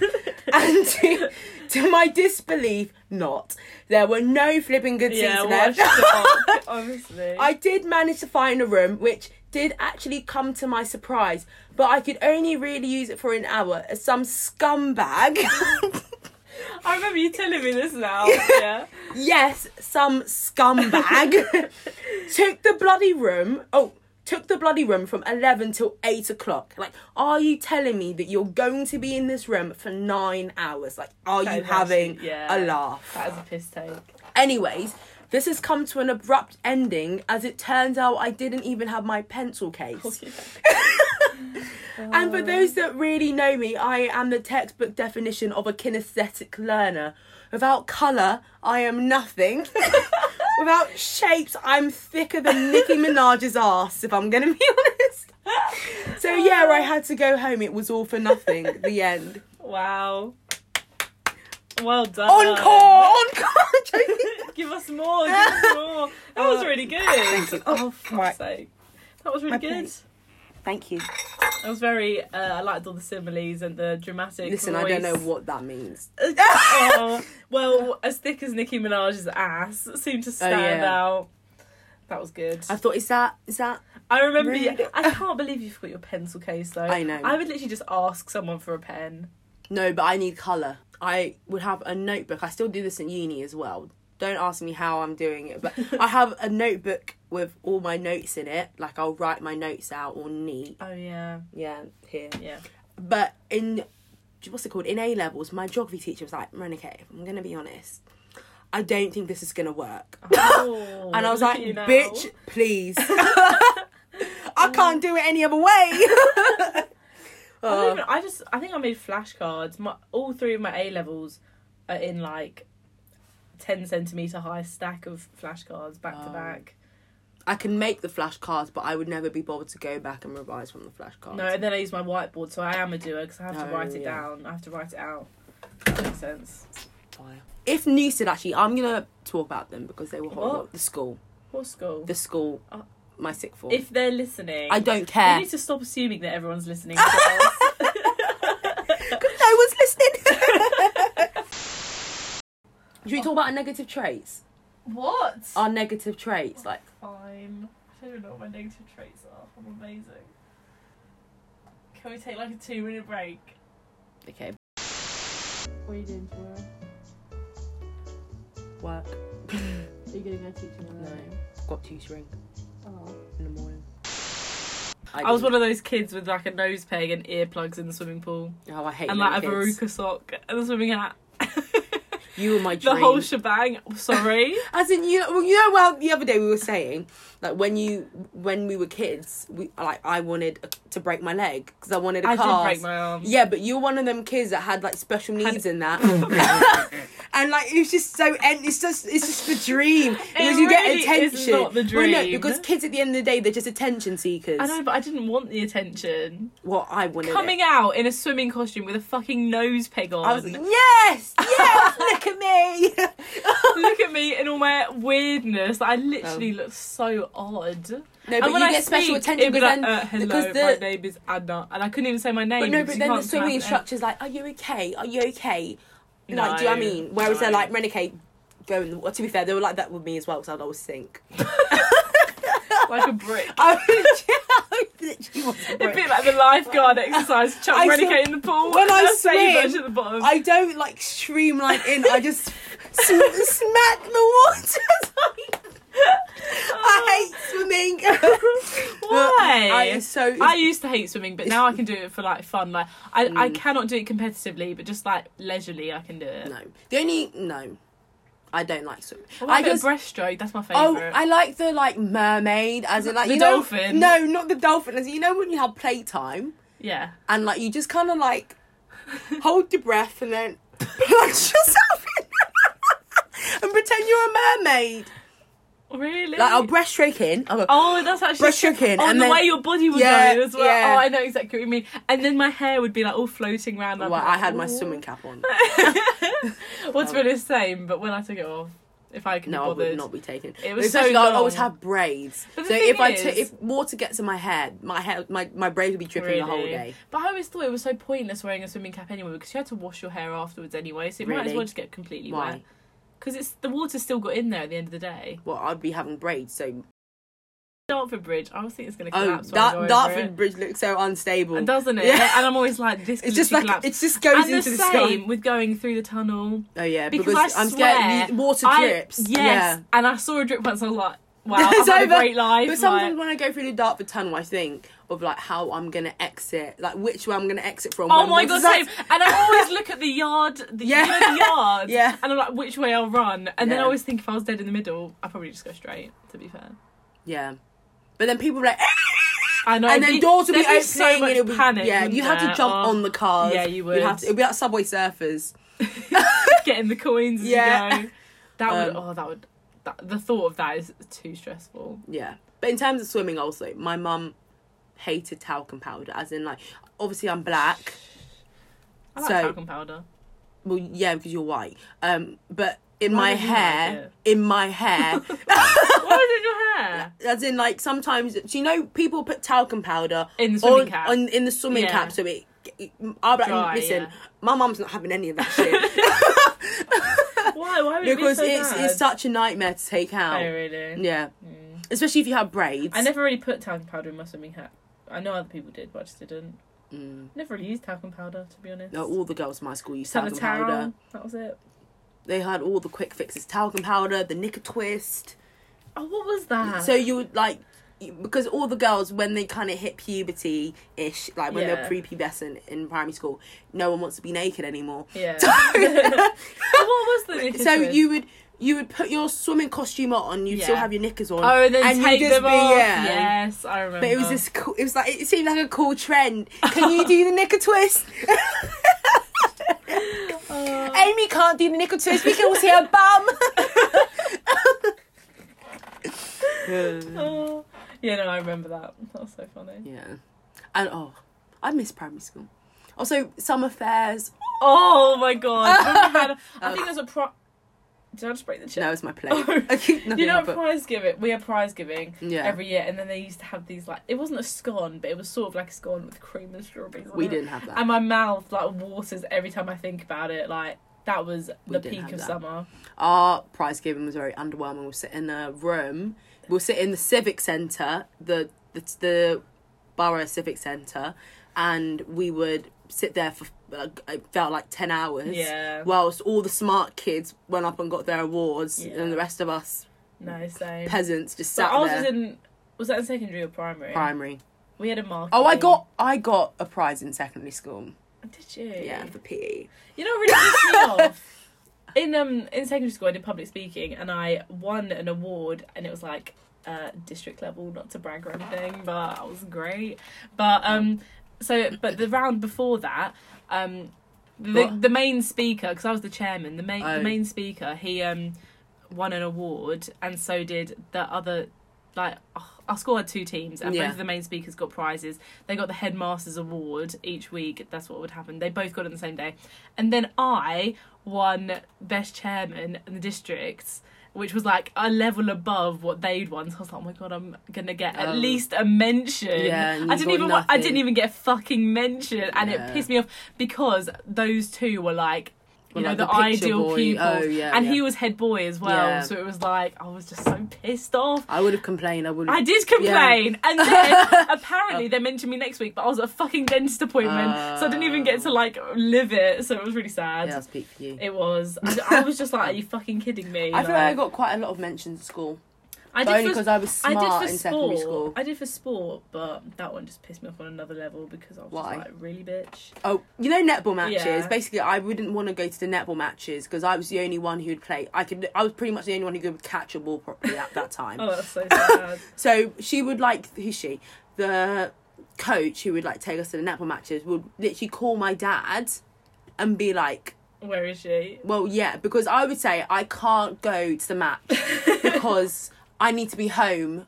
Speaker 3: and to, to my disbelief, not. There were no flipping good
Speaker 2: yeah,
Speaker 3: seats left.
Speaker 2: watch that. Obviously.
Speaker 3: I did manage to find a room, which did actually come to my surprise, but I could only really use it for an hour as some scumbag.
Speaker 2: I remember you telling me this now. yeah.
Speaker 3: yes, some scumbag took the bloody room. Oh, took the bloody room from 11 till 8 o'clock. Like, are you telling me that you're going to be in this room for nine hours? Like, are
Speaker 2: That
Speaker 3: you
Speaker 2: is
Speaker 3: having
Speaker 2: actually-
Speaker 3: a
Speaker 2: yeah.
Speaker 3: laugh?
Speaker 2: That is a piss take.
Speaker 3: Anyways, this has come to an abrupt ending as it turns out I didn't even have my pencil case. And for those that really know me, I am the textbook definition of a kinesthetic learner. Without colour, I am nothing. Without shapes, I'm thicker than Nicki Minaj's ass, if I'm gonna be honest. So yeah, I had to go home. It was all for nothing. The end.
Speaker 2: Wow. Well done.
Speaker 3: Encore! Encore! Joking.
Speaker 2: give us more. Give us more. That was really good.
Speaker 3: Thank you. Oh,
Speaker 2: Oh, fuck's
Speaker 3: right.
Speaker 2: sake. That was really
Speaker 3: My
Speaker 2: good.
Speaker 3: plate. Thank you.
Speaker 2: It was very. Uh, I liked all the similes and the dramatic.
Speaker 3: Listen, I don't know
Speaker 2: voice.
Speaker 3: what that means.
Speaker 2: oh, well, as thick as Nicki Minaj's ass seemed to stand
Speaker 3: Oh, yeah.
Speaker 2: out. That was good.
Speaker 3: I thought, is that is that
Speaker 2: I remember.
Speaker 3: Rude.
Speaker 2: You, I can't believe you forgot your pencil case though.
Speaker 3: I know.
Speaker 2: I would literally just ask someone for a pen.
Speaker 3: No, but I need colour. I would have a notebook. I still do this in uni as well. Don't ask me how I'm doing it, but I have a notebook with all my notes in it. Like I'll write my notes out all neat.
Speaker 2: Oh yeah,
Speaker 3: Yeah, here.
Speaker 2: yeah.
Speaker 3: But in what's it called? In A levels, my geography teacher was like, Renike, if I'm gonna be honest, I don't think this is gonna work.
Speaker 2: Oh,
Speaker 3: and I was
Speaker 2: look
Speaker 3: like,
Speaker 2: at you now. Oh.
Speaker 3: bitch, please. I can't do it any other way.
Speaker 2: I, don't
Speaker 3: Uh,
Speaker 2: even- I just, I think I made flashcards. My all three of my A levels are in like ten centimeter high stack of flashcards back to
Speaker 3: Oh.
Speaker 2: back.
Speaker 3: I can make the flashcards, but I would never be bothered to go back and revise from the flashcards.
Speaker 2: No, and then I use my whiteboard, so I am a doer because I have to
Speaker 3: Oh,
Speaker 2: write it
Speaker 3: yeah.
Speaker 2: down. I have to write it out. That makes sense.
Speaker 3: If Noosid actually, I'm gonna talk about them because they were horrible.
Speaker 2: What?
Speaker 3: The school,
Speaker 2: What school?
Speaker 3: the school,
Speaker 2: Oh.
Speaker 3: my sick form.
Speaker 2: If they're listening,
Speaker 3: I don't
Speaker 2: we
Speaker 3: care.
Speaker 2: need to stop assuming that everyone's listening. to us.
Speaker 3: no one's listening. Should we talk about our negative traits?
Speaker 2: what?
Speaker 3: Our negative traits, like
Speaker 2: I'm. I don't even know what my negative traits are. I'm amazing. Can we take like a two minute break?
Speaker 3: okay,
Speaker 5: What are you doing tomorrow?
Speaker 3: work,
Speaker 5: Are you gonna go teach tomorrow?
Speaker 3: got tutoring
Speaker 5: Oh.
Speaker 3: in the morning.
Speaker 2: I was one of those kids with like a nose peg and earplugs in the swimming pool,
Speaker 3: Oh, I hate
Speaker 2: and like a
Speaker 3: little kids.
Speaker 2: veruca sock and a swimming hat.
Speaker 3: You were my
Speaker 2: the
Speaker 3: dream.
Speaker 2: whole shebang. I'm sorry.
Speaker 3: As in, you know, well, you know, well, the other day we were saying, like when you, when we were kids, we like I wanted to break my leg because I wanted a
Speaker 2: I did
Speaker 3: cast.
Speaker 2: break my arm.
Speaker 3: Yeah, but you're one of them kids that had like special
Speaker 2: Had-
Speaker 3: needs in that, and like it was just so end. It's just it's just the dream. because you
Speaker 2: really
Speaker 3: get
Speaker 2: is
Speaker 3: attention.
Speaker 2: not the
Speaker 3: Well, no,
Speaker 2: dream.
Speaker 3: because kids at the end of the day they're just attention seekers.
Speaker 2: I know, but I didn't want the attention.
Speaker 3: Well, I wanted. it.
Speaker 2: Coming out in a swimming costume with a fucking nose peg on.
Speaker 3: I was like, yes, yes, look at me.
Speaker 2: Look at me in all my weirdness. I literally look so odd.
Speaker 3: Oh. no, but
Speaker 2: and when
Speaker 3: you
Speaker 2: I
Speaker 3: get special
Speaker 2: speak,
Speaker 3: attention
Speaker 2: it'd be
Speaker 3: because
Speaker 2: like,
Speaker 3: then
Speaker 2: uh, hello,
Speaker 3: because
Speaker 2: my
Speaker 3: the
Speaker 2: name is Anna, and I couldn't even say my name.
Speaker 3: But no,
Speaker 2: because
Speaker 3: but then the
Speaker 2: you can't pronounce
Speaker 3: swimming
Speaker 2: it.
Speaker 3: instructor's like, "Are you okay? Are you okay?" Like, do
Speaker 2: No,
Speaker 3: you know what I mean? Whereas they're
Speaker 2: no.
Speaker 3: like, "Renegade, go in the water." To be fair, they were like that with me as well because I'd always sink.
Speaker 2: like a brick.
Speaker 3: I was, I literally was a
Speaker 2: It'd
Speaker 3: brick.
Speaker 2: be like the lifeguard exercise, chuck
Speaker 3: I
Speaker 2: renegade in the pool.
Speaker 3: when
Speaker 2: and
Speaker 3: I
Speaker 2: they'll save
Speaker 3: swim,
Speaker 2: us at the bottom.
Speaker 3: I don't like streamline in. I just sm- smack the water. I hate swimming.
Speaker 2: Oh. Why?
Speaker 3: I am so.
Speaker 2: I used to hate swimming, but now I can do it for like fun. Like I, I cannot do it competitively, but just like leisurely, I can do it.
Speaker 3: Mm. no, the only no, I don't like swimming.
Speaker 2: What
Speaker 3: I
Speaker 2: about
Speaker 3: just
Speaker 2: a breaststroke. That's my
Speaker 3: Oh,
Speaker 2: favorite.
Speaker 3: I like the like mermaid as in like
Speaker 2: The
Speaker 3: you know-
Speaker 2: dolphin?
Speaker 3: no, not the dolphin. As in, you know when you have playtime
Speaker 2: yeah.
Speaker 3: and like you just kind of like hold your breath and then plunge yourself in and pretend you're a mermaid.
Speaker 2: Oh, Really?
Speaker 3: Like I'll breaststroke in. I'll go,
Speaker 2: Oh, that's actually
Speaker 3: Breaststroke in,
Speaker 2: Oh,
Speaker 3: and
Speaker 2: the
Speaker 3: then-
Speaker 2: way your body would
Speaker 3: Yeah,
Speaker 2: go as well.
Speaker 3: yeah.
Speaker 2: Oh, I know exactly what you mean. And then my hair would be like all floating around.
Speaker 3: well,
Speaker 2: Like,
Speaker 3: I had my
Speaker 2: ooh.
Speaker 3: swimming cap on.
Speaker 2: What's been the same? But when I took it off, if I could
Speaker 3: No,
Speaker 2: be
Speaker 3: I
Speaker 2: bothered,
Speaker 3: would not be taken.
Speaker 2: It was
Speaker 3: Especially
Speaker 2: so
Speaker 3: I would always
Speaker 2: long.
Speaker 3: have braids. So
Speaker 2: But the thing
Speaker 3: if I took
Speaker 2: is-
Speaker 3: if water gets in my hair, my hair my, my braids would be dripping the whole
Speaker 2: Really?
Speaker 3: day.
Speaker 2: But I always thought it was so pointless wearing a swimming cap anyway because you had to wash your hair afterwards anyway, so it might as
Speaker 3: Really?
Speaker 2: well just get completely wet.
Speaker 3: Why?
Speaker 2: Because it's the water's still got in there at the end of the day.
Speaker 3: Well, I'd be having braids, so
Speaker 2: Dartford Bridge, I always think it's going to
Speaker 3: oh,
Speaker 2: collapse. when I go
Speaker 3: that
Speaker 2: over
Speaker 3: Dartford
Speaker 2: it.
Speaker 3: Bridge looks so unstable.
Speaker 2: And doesn't it?
Speaker 3: Yeah.
Speaker 2: And I'm always like, this
Speaker 3: It's just
Speaker 2: literally
Speaker 3: like
Speaker 2: collapse.
Speaker 3: it just goes
Speaker 2: and
Speaker 3: into
Speaker 2: the
Speaker 3: the,
Speaker 2: same
Speaker 3: sky.
Speaker 2: with going through the tunnel.
Speaker 3: Oh yeah,
Speaker 2: Because
Speaker 3: because,
Speaker 2: I
Speaker 3: I'm scared.
Speaker 2: swear,
Speaker 3: you- water
Speaker 2: I-
Speaker 3: drips.
Speaker 2: Yes. And I saw a drip once. I was like, Wow,
Speaker 3: It's
Speaker 2: it's over.
Speaker 3: over.
Speaker 2: A great life.
Speaker 3: But sometimes when I go through the dark tunnel, I think of like how I'm gonna exit, like which way I'm gonna exit from.
Speaker 2: Oh
Speaker 3: when-
Speaker 2: my
Speaker 3: because
Speaker 2: god,
Speaker 3: that's-
Speaker 2: same. And I always look at the yard, the,
Speaker 3: Yeah.
Speaker 2: you know the yard,
Speaker 3: Yeah.
Speaker 2: and I'm like, which way I'll run. And then I
Speaker 3: Yeah.
Speaker 2: always think if I was dead in the middle, I'd probably just go straight, to be fair.
Speaker 3: Yeah. But then people were like, "Ah!"
Speaker 2: I know.
Speaker 3: and then
Speaker 2: it'd be-
Speaker 3: doors would be
Speaker 2: there'd
Speaker 3: opening,
Speaker 2: so much
Speaker 3: and it'd be
Speaker 2: panic. Oh.
Speaker 3: yeah. You had to jump on the cars.
Speaker 2: Yeah, you
Speaker 3: You'd
Speaker 2: would.
Speaker 3: have to, it'd be like Subway Surfers.
Speaker 2: getting the coins as
Speaker 3: Yeah.
Speaker 2: you go. That would,
Speaker 3: Um,
Speaker 2: oh, that would, that, the thought of that is too stressful.
Speaker 3: Yeah. But in terms of swimming, also, my mum hated talcum powder, as in like, obviously I'm black.
Speaker 2: I like
Speaker 3: So-
Speaker 2: talcum powder.
Speaker 3: Well, yeah, because you're white. Um, but in
Speaker 2: Why
Speaker 3: my
Speaker 2: would you like
Speaker 3: hair,
Speaker 2: it?
Speaker 3: in my hair,
Speaker 2: What was in your hair?
Speaker 3: as in like sometimes do you know people put talcum powder
Speaker 2: In the swimming
Speaker 3: on,
Speaker 2: cap.
Speaker 3: on in the swimming
Speaker 2: Yeah.
Speaker 3: cap so it. it- I'll be like,
Speaker 2: Dry,
Speaker 3: listen,
Speaker 2: yeah.
Speaker 3: my mum's not having any of that shit
Speaker 2: Why? Why would
Speaker 3: because
Speaker 2: it be so
Speaker 3: it's
Speaker 2: bad?
Speaker 3: it's such a nightmare to take out.
Speaker 2: Oh, really?
Speaker 3: Yeah,
Speaker 2: Mm.
Speaker 3: especially if you have braids.
Speaker 2: I never really put talcum powder in my swimming hat. I know other people did, but I just didn't.
Speaker 3: Mm.
Speaker 2: Never really used talcum powder, to be honest.
Speaker 3: No, all the girls in my school used
Speaker 2: Just had a
Speaker 3: talcum
Speaker 2: towel.
Speaker 3: powder.
Speaker 2: That was it.
Speaker 3: They had all the quick fixes: talcum powder, the knicker twist.
Speaker 2: Oh, what was that?
Speaker 3: So you would like because all the girls when they kind of hit puberty ish, like when
Speaker 2: Yeah.
Speaker 3: they're prepubescent in primary school, no one wants to be naked anymore.
Speaker 2: yeah.
Speaker 3: So-
Speaker 2: what was the knicker
Speaker 3: so
Speaker 2: twist?
Speaker 3: you would you would put your swimming costume on, you'd still
Speaker 2: Yeah.
Speaker 3: have your knickers on.
Speaker 2: Oh, then
Speaker 3: and you'd
Speaker 2: take
Speaker 3: just
Speaker 2: them
Speaker 3: be-
Speaker 2: off. Oh
Speaker 3: yeah.
Speaker 2: Yes, I remember.
Speaker 3: but it was this cool, it was like it seemed like a cool trend. Can you do the knicker twist?
Speaker 2: Oh.
Speaker 3: Amy can't do the knicker twist. We can all see her bum.
Speaker 2: Oh. Yeah, no, I remember that. That was so funny.
Speaker 3: yeah, and oh, I miss primary school. Also, summer fairs.
Speaker 2: Oh my god. I, remember how- I think there's a pro. Did I just break the chair?
Speaker 3: No, it's my plate. Okay, nothing
Speaker 2: you know,
Speaker 3: but-
Speaker 2: prize giving. We had prize giving
Speaker 3: Yeah.
Speaker 2: every year, and then they used to have these like it wasn't a scone, but it was sort of like a scone with cream and strawberries. on
Speaker 3: We
Speaker 2: it.
Speaker 3: didn't have that.
Speaker 2: And my mouth like waters every time I think about it. Like that was
Speaker 3: We
Speaker 2: the
Speaker 3: didn't have
Speaker 2: peak of
Speaker 3: that.
Speaker 2: summer.
Speaker 3: Our prize giving was very underwhelming. We'll sit in a room. We'll sit in the civic centre, the the, the borough civic centre, and we would sit there for like, it felt like ten hours.
Speaker 2: Yeah.
Speaker 3: Whilst all the smart kids went up and got their awards,
Speaker 2: Yeah.
Speaker 3: and the rest of us
Speaker 2: No, same.
Speaker 3: peasants just
Speaker 2: So
Speaker 3: sat
Speaker 2: ours was
Speaker 3: there.
Speaker 2: in was that in secondary or primary?
Speaker 3: Primary.
Speaker 2: We had a mark.
Speaker 3: Oh, I got I got a prize in secondary school.
Speaker 2: Did you?
Speaker 3: Yeah, for E. PE.
Speaker 2: You know, what really pissed me off. In um in secondary school, I did public speaking, and I won an award, and it was like uh district level, not to brag or anything, but I was great. But um, so but the round before that, um, the
Speaker 3: What?
Speaker 2: the main speaker, because I was the chairman, the main
Speaker 3: Oh.
Speaker 2: the main speaker, he um won an award, and so did the other. Like our school had two teams, and
Speaker 3: Yeah.
Speaker 2: both of the main speakers got prizes. They got the headmaster's award each week. That's what would happen. They both got it on the same day, and then I won best chairman in the districts, which was like a level above what they'd won. So I was like, oh my god, I'm gonna get at
Speaker 3: Oh.
Speaker 2: least a mention.
Speaker 3: Yeah, and
Speaker 2: I
Speaker 3: you
Speaker 2: didn't
Speaker 3: got
Speaker 2: even. wa- I didn't
Speaker 3: nothing.
Speaker 2: even get a fucking mention, and
Speaker 3: Yeah.
Speaker 2: it pissed me off because those two were like. You
Speaker 3: Were
Speaker 2: know
Speaker 3: like
Speaker 2: the,
Speaker 3: the picture
Speaker 2: ideal
Speaker 3: boy.
Speaker 2: pupils,
Speaker 3: Oh, yeah,
Speaker 2: and
Speaker 3: yeah.
Speaker 2: he was head boy as well.
Speaker 3: Yeah.
Speaker 2: So it was like I was just so pissed off.
Speaker 3: I would have complained. I would.
Speaker 2: I
Speaker 3: have
Speaker 2: did complain, and then apparently they're meant to me next week, but I was at a fucking dentist appointment, so I didn't even get to like live it. So it was really sad.
Speaker 3: Oh. Yeah, that's peak for you.
Speaker 2: It was. I, I was just like, are you fucking kidding me?
Speaker 3: I feel like
Speaker 2: Like,
Speaker 3: I got quite a lot of mentions at school.
Speaker 2: I
Speaker 3: But only
Speaker 2: for-
Speaker 3: because I was smart in secondary
Speaker 2: sport.
Speaker 3: school.
Speaker 2: I did for sport, but that one just pissed me off on another level because I was
Speaker 3: Why?
Speaker 2: just like, really, bitch.
Speaker 3: Oh, you know netball matches.
Speaker 2: Yeah.
Speaker 3: Basically, I wouldn't want to go to the netball matches because I was the only one who'd play. I could. I was pretty much the only one who could catch a ball properly at that time.
Speaker 2: Oh, that's so sad.
Speaker 3: So she would like who's she? The coach who would like take us to the netball matches would literally call my dad and be like,
Speaker 2: Where is she?
Speaker 3: "Well, yeah," because I would say I can't go to the match because I need to be home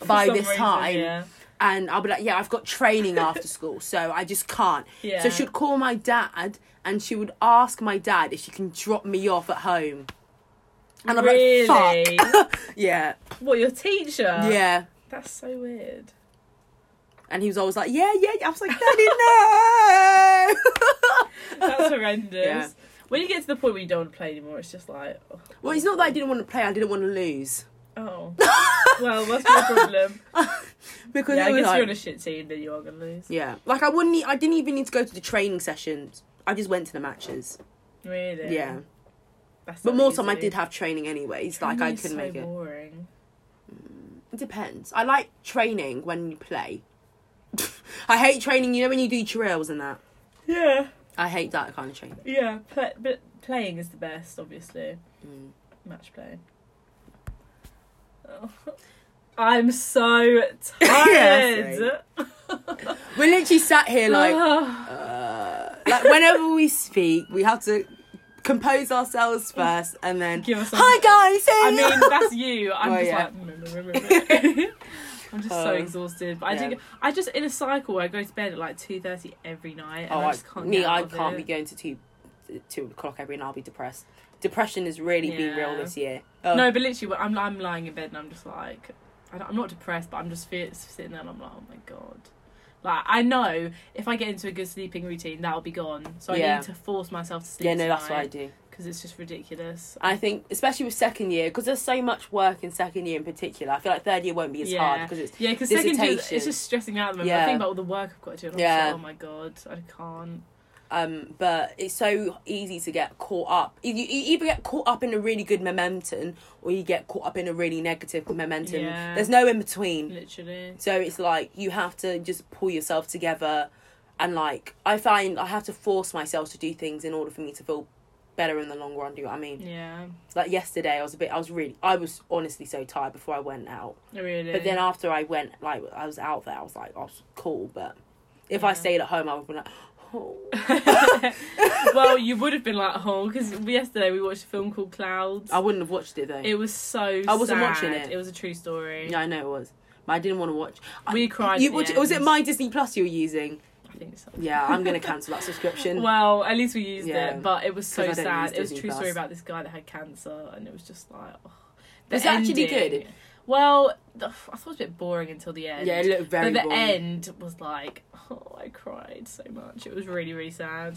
Speaker 2: For
Speaker 3: by
Speaker 2: some
Speaker 3: this
Speaker 2: reason,
Speaker 3: time.
Speaker 2: Yeah.
Speaker 3: and I'll be like, yeah, I've got training after school, so I just can't.
Speaker 2: Yeah.
Speaker 3: So she'd call my dad, and she would ask my dad if she can drop me off at home. And I'm
Speaker 2: really? Uh,
Speaker 3: like, fuck. Yeah,
Speaker 2: what, your teacher?
Speaker 3: yeah.
Speaker 2: That's so weird.
Speaker 3: And he was always like, yeah, yeah. yeah." I was like, daddy, no.
Speaker 2: That's horrendous.
Speaker 3: Yeah.
Speaker 2: When you get to the point where you don't want to play anymore, it's just like, oh,
Speaker 3: well, it's not that I didn't want to play; I didn't want to lose
Speaker 2: oh. well, that's my problem.
Speaker 3: because
Speaker 2: yeah, I
Speaker 3: it was
Speaker 2: guess
Speaker 3: like,
Speaker 2: you're on a shit team, then you are gonna lose.
Speaker 3: yeah, like I wouldn't. e- I didn't even need to go to the training sessions. I just went to the matches. Yeah,
Speaker 2: Really?
Speaker 3: but more time I did have training anyways. Like I couldn't make
Speaker 2: boring.
Speaker 3: it.
Speaker 2: Boring.
Speaker 3: It depends. I like training when you play. I hate training. You know when you do trails and that.
Speaker 2: Yeah,
Speaker 3: I hate that kind of training.
Speaker 2: yeah. Pla but playing is the best, obviously.
Speaker 3: Mm.
Speaker 2: Match play. Oh. I'm so tired.
Speaker 3: We're literally sat here like,
Speaker 2: Ah.
Speaker 3: uh, like whenever we speak, we have to compose ourselves first, and then
Speaker 2: Give us some-
Speaker 3: hi guys.
Speaker 2: I
Speaker 3: hey!"
Speaker 2: mean, that's you. I'm
Speaker 3: Well,
Speaker 2: just
Speaker 3: yeah.
Speaker 2: like. I'm just so
Speaker 3: Um,
Speaker 2: exhausted, but I
Speaker 3: yeah.
Speaker 2: do. I just in a cycle. where I go to bed at like two thirty every night. And
Speaker 3: oh,
Speaker 2: I
Speaker 3: I
Speaker 2: just can't.
Speaker 3: me,
Speaker 2: get
Speaker 3: I
Speaker 2: out of
Speaker 3: can't
Speaker 2: it.
Speaker 3: be going to two two o'clock every, and I'll be depressed. Depression has really been real
Speaker 2: Yeah.
Speaker 3: this year. Oh,
Speaker 2: No, but literally, when I'm I'm lying in bed and I'm just like, I don't, I'm not depressed, but I'm just fe- sitting there and I'm like, oh my god. Like I know if I get into a good sleeping routine, that'll be gone. So I
Speaker 3: Yeah.
Speaker 2: need to force myself to sleep.
Speaker 3: yeah, no, that's what I do.
Speaker 2: Because it's just ridiculous.
Speaker 3: I think, especially with second year, because there's so much work in second year in particular. I feel like third year won't be as
Speaker 2: Yeah.
Speaker 3: hard because it's
Speaker 2: yeah, because second year,
Speaker 3: dissertation.
Speaker 2: it's just stressing me out at the moment. I
Speaker 3: Yeah.
Speaker 2: think about all the work I've got to do. And I'm
Speaker 3: Yeah.
Speaker 2: just like, oh my god, I can't.
Speaker 3: um, but it's so easy to get caught up. You, you either get caught up in a really good momentum or you get caught up in a really negative momentum.
Speaker 2: Yeah.
Speaker 3: There's no in between.
Speaker 2: Literally.
Speaker 3: So it's like you have to just pull yourself together, and like I find I have to force myself to do things in order for me to feel better in the long run. Do you know what I mean?
Speaker 2: Yeah.
Speaker 3: Like yesterday, I was a bit. I was really. I was honestly so tired before I went out.
Speaker 2: Really.
Speaker 3: But then after I went, like I was out there, I was like, I was cool. But if I
Speaker 2: Yeah.
Speaker 3: stayed at home, I would be like, oh,
Speaker 2: well, you would have been like, oh, because yesterday we watched a film called Clouds.
Speaker 3: I wouldn't have watched it though.
Speaker 2: It was so.
Speaker 3: Oh, I wasn't
Speaker 2: sad.
Speaker 3: watching it.
Speaker 2: It was a true story.
Speaker 3: yeah, I know it was, but I didn't want to watch.
Speaker 2: We
Speaker 3: I,
Speaker 2: cried.
Speaker 3: You
Speaker 2: at the
Speaker 3: watch,
Speaker 2: end.
Speaker 3: was it my Disney Plus you were using?
Speaker 2: I think so.
Speaker 3: Yeah, I'm gonna cancel that subscription.
Speaker 2: Well, at least we used
Speaker 3: Yeah.
Speaker 2: it, but it was so
Speaker 3: 'Cause I don't use
Speaker 2: sad. It was a
Speaker 3: Disney
Speaker 2: true story
Speaker 3: Plus.
Speaker 2: about this guy that had cancer, and it was just like. Oh,
Speaker 3: Was it actually good?
Speaker 2: Well, the, I thought it was a bit boring until the end.
Speaker 3: yeah, it looked very.
Speaker 2: but the
Speaker 3: boring.
Speaker 2: end was like, oh, I cried so much. It was really, really sad.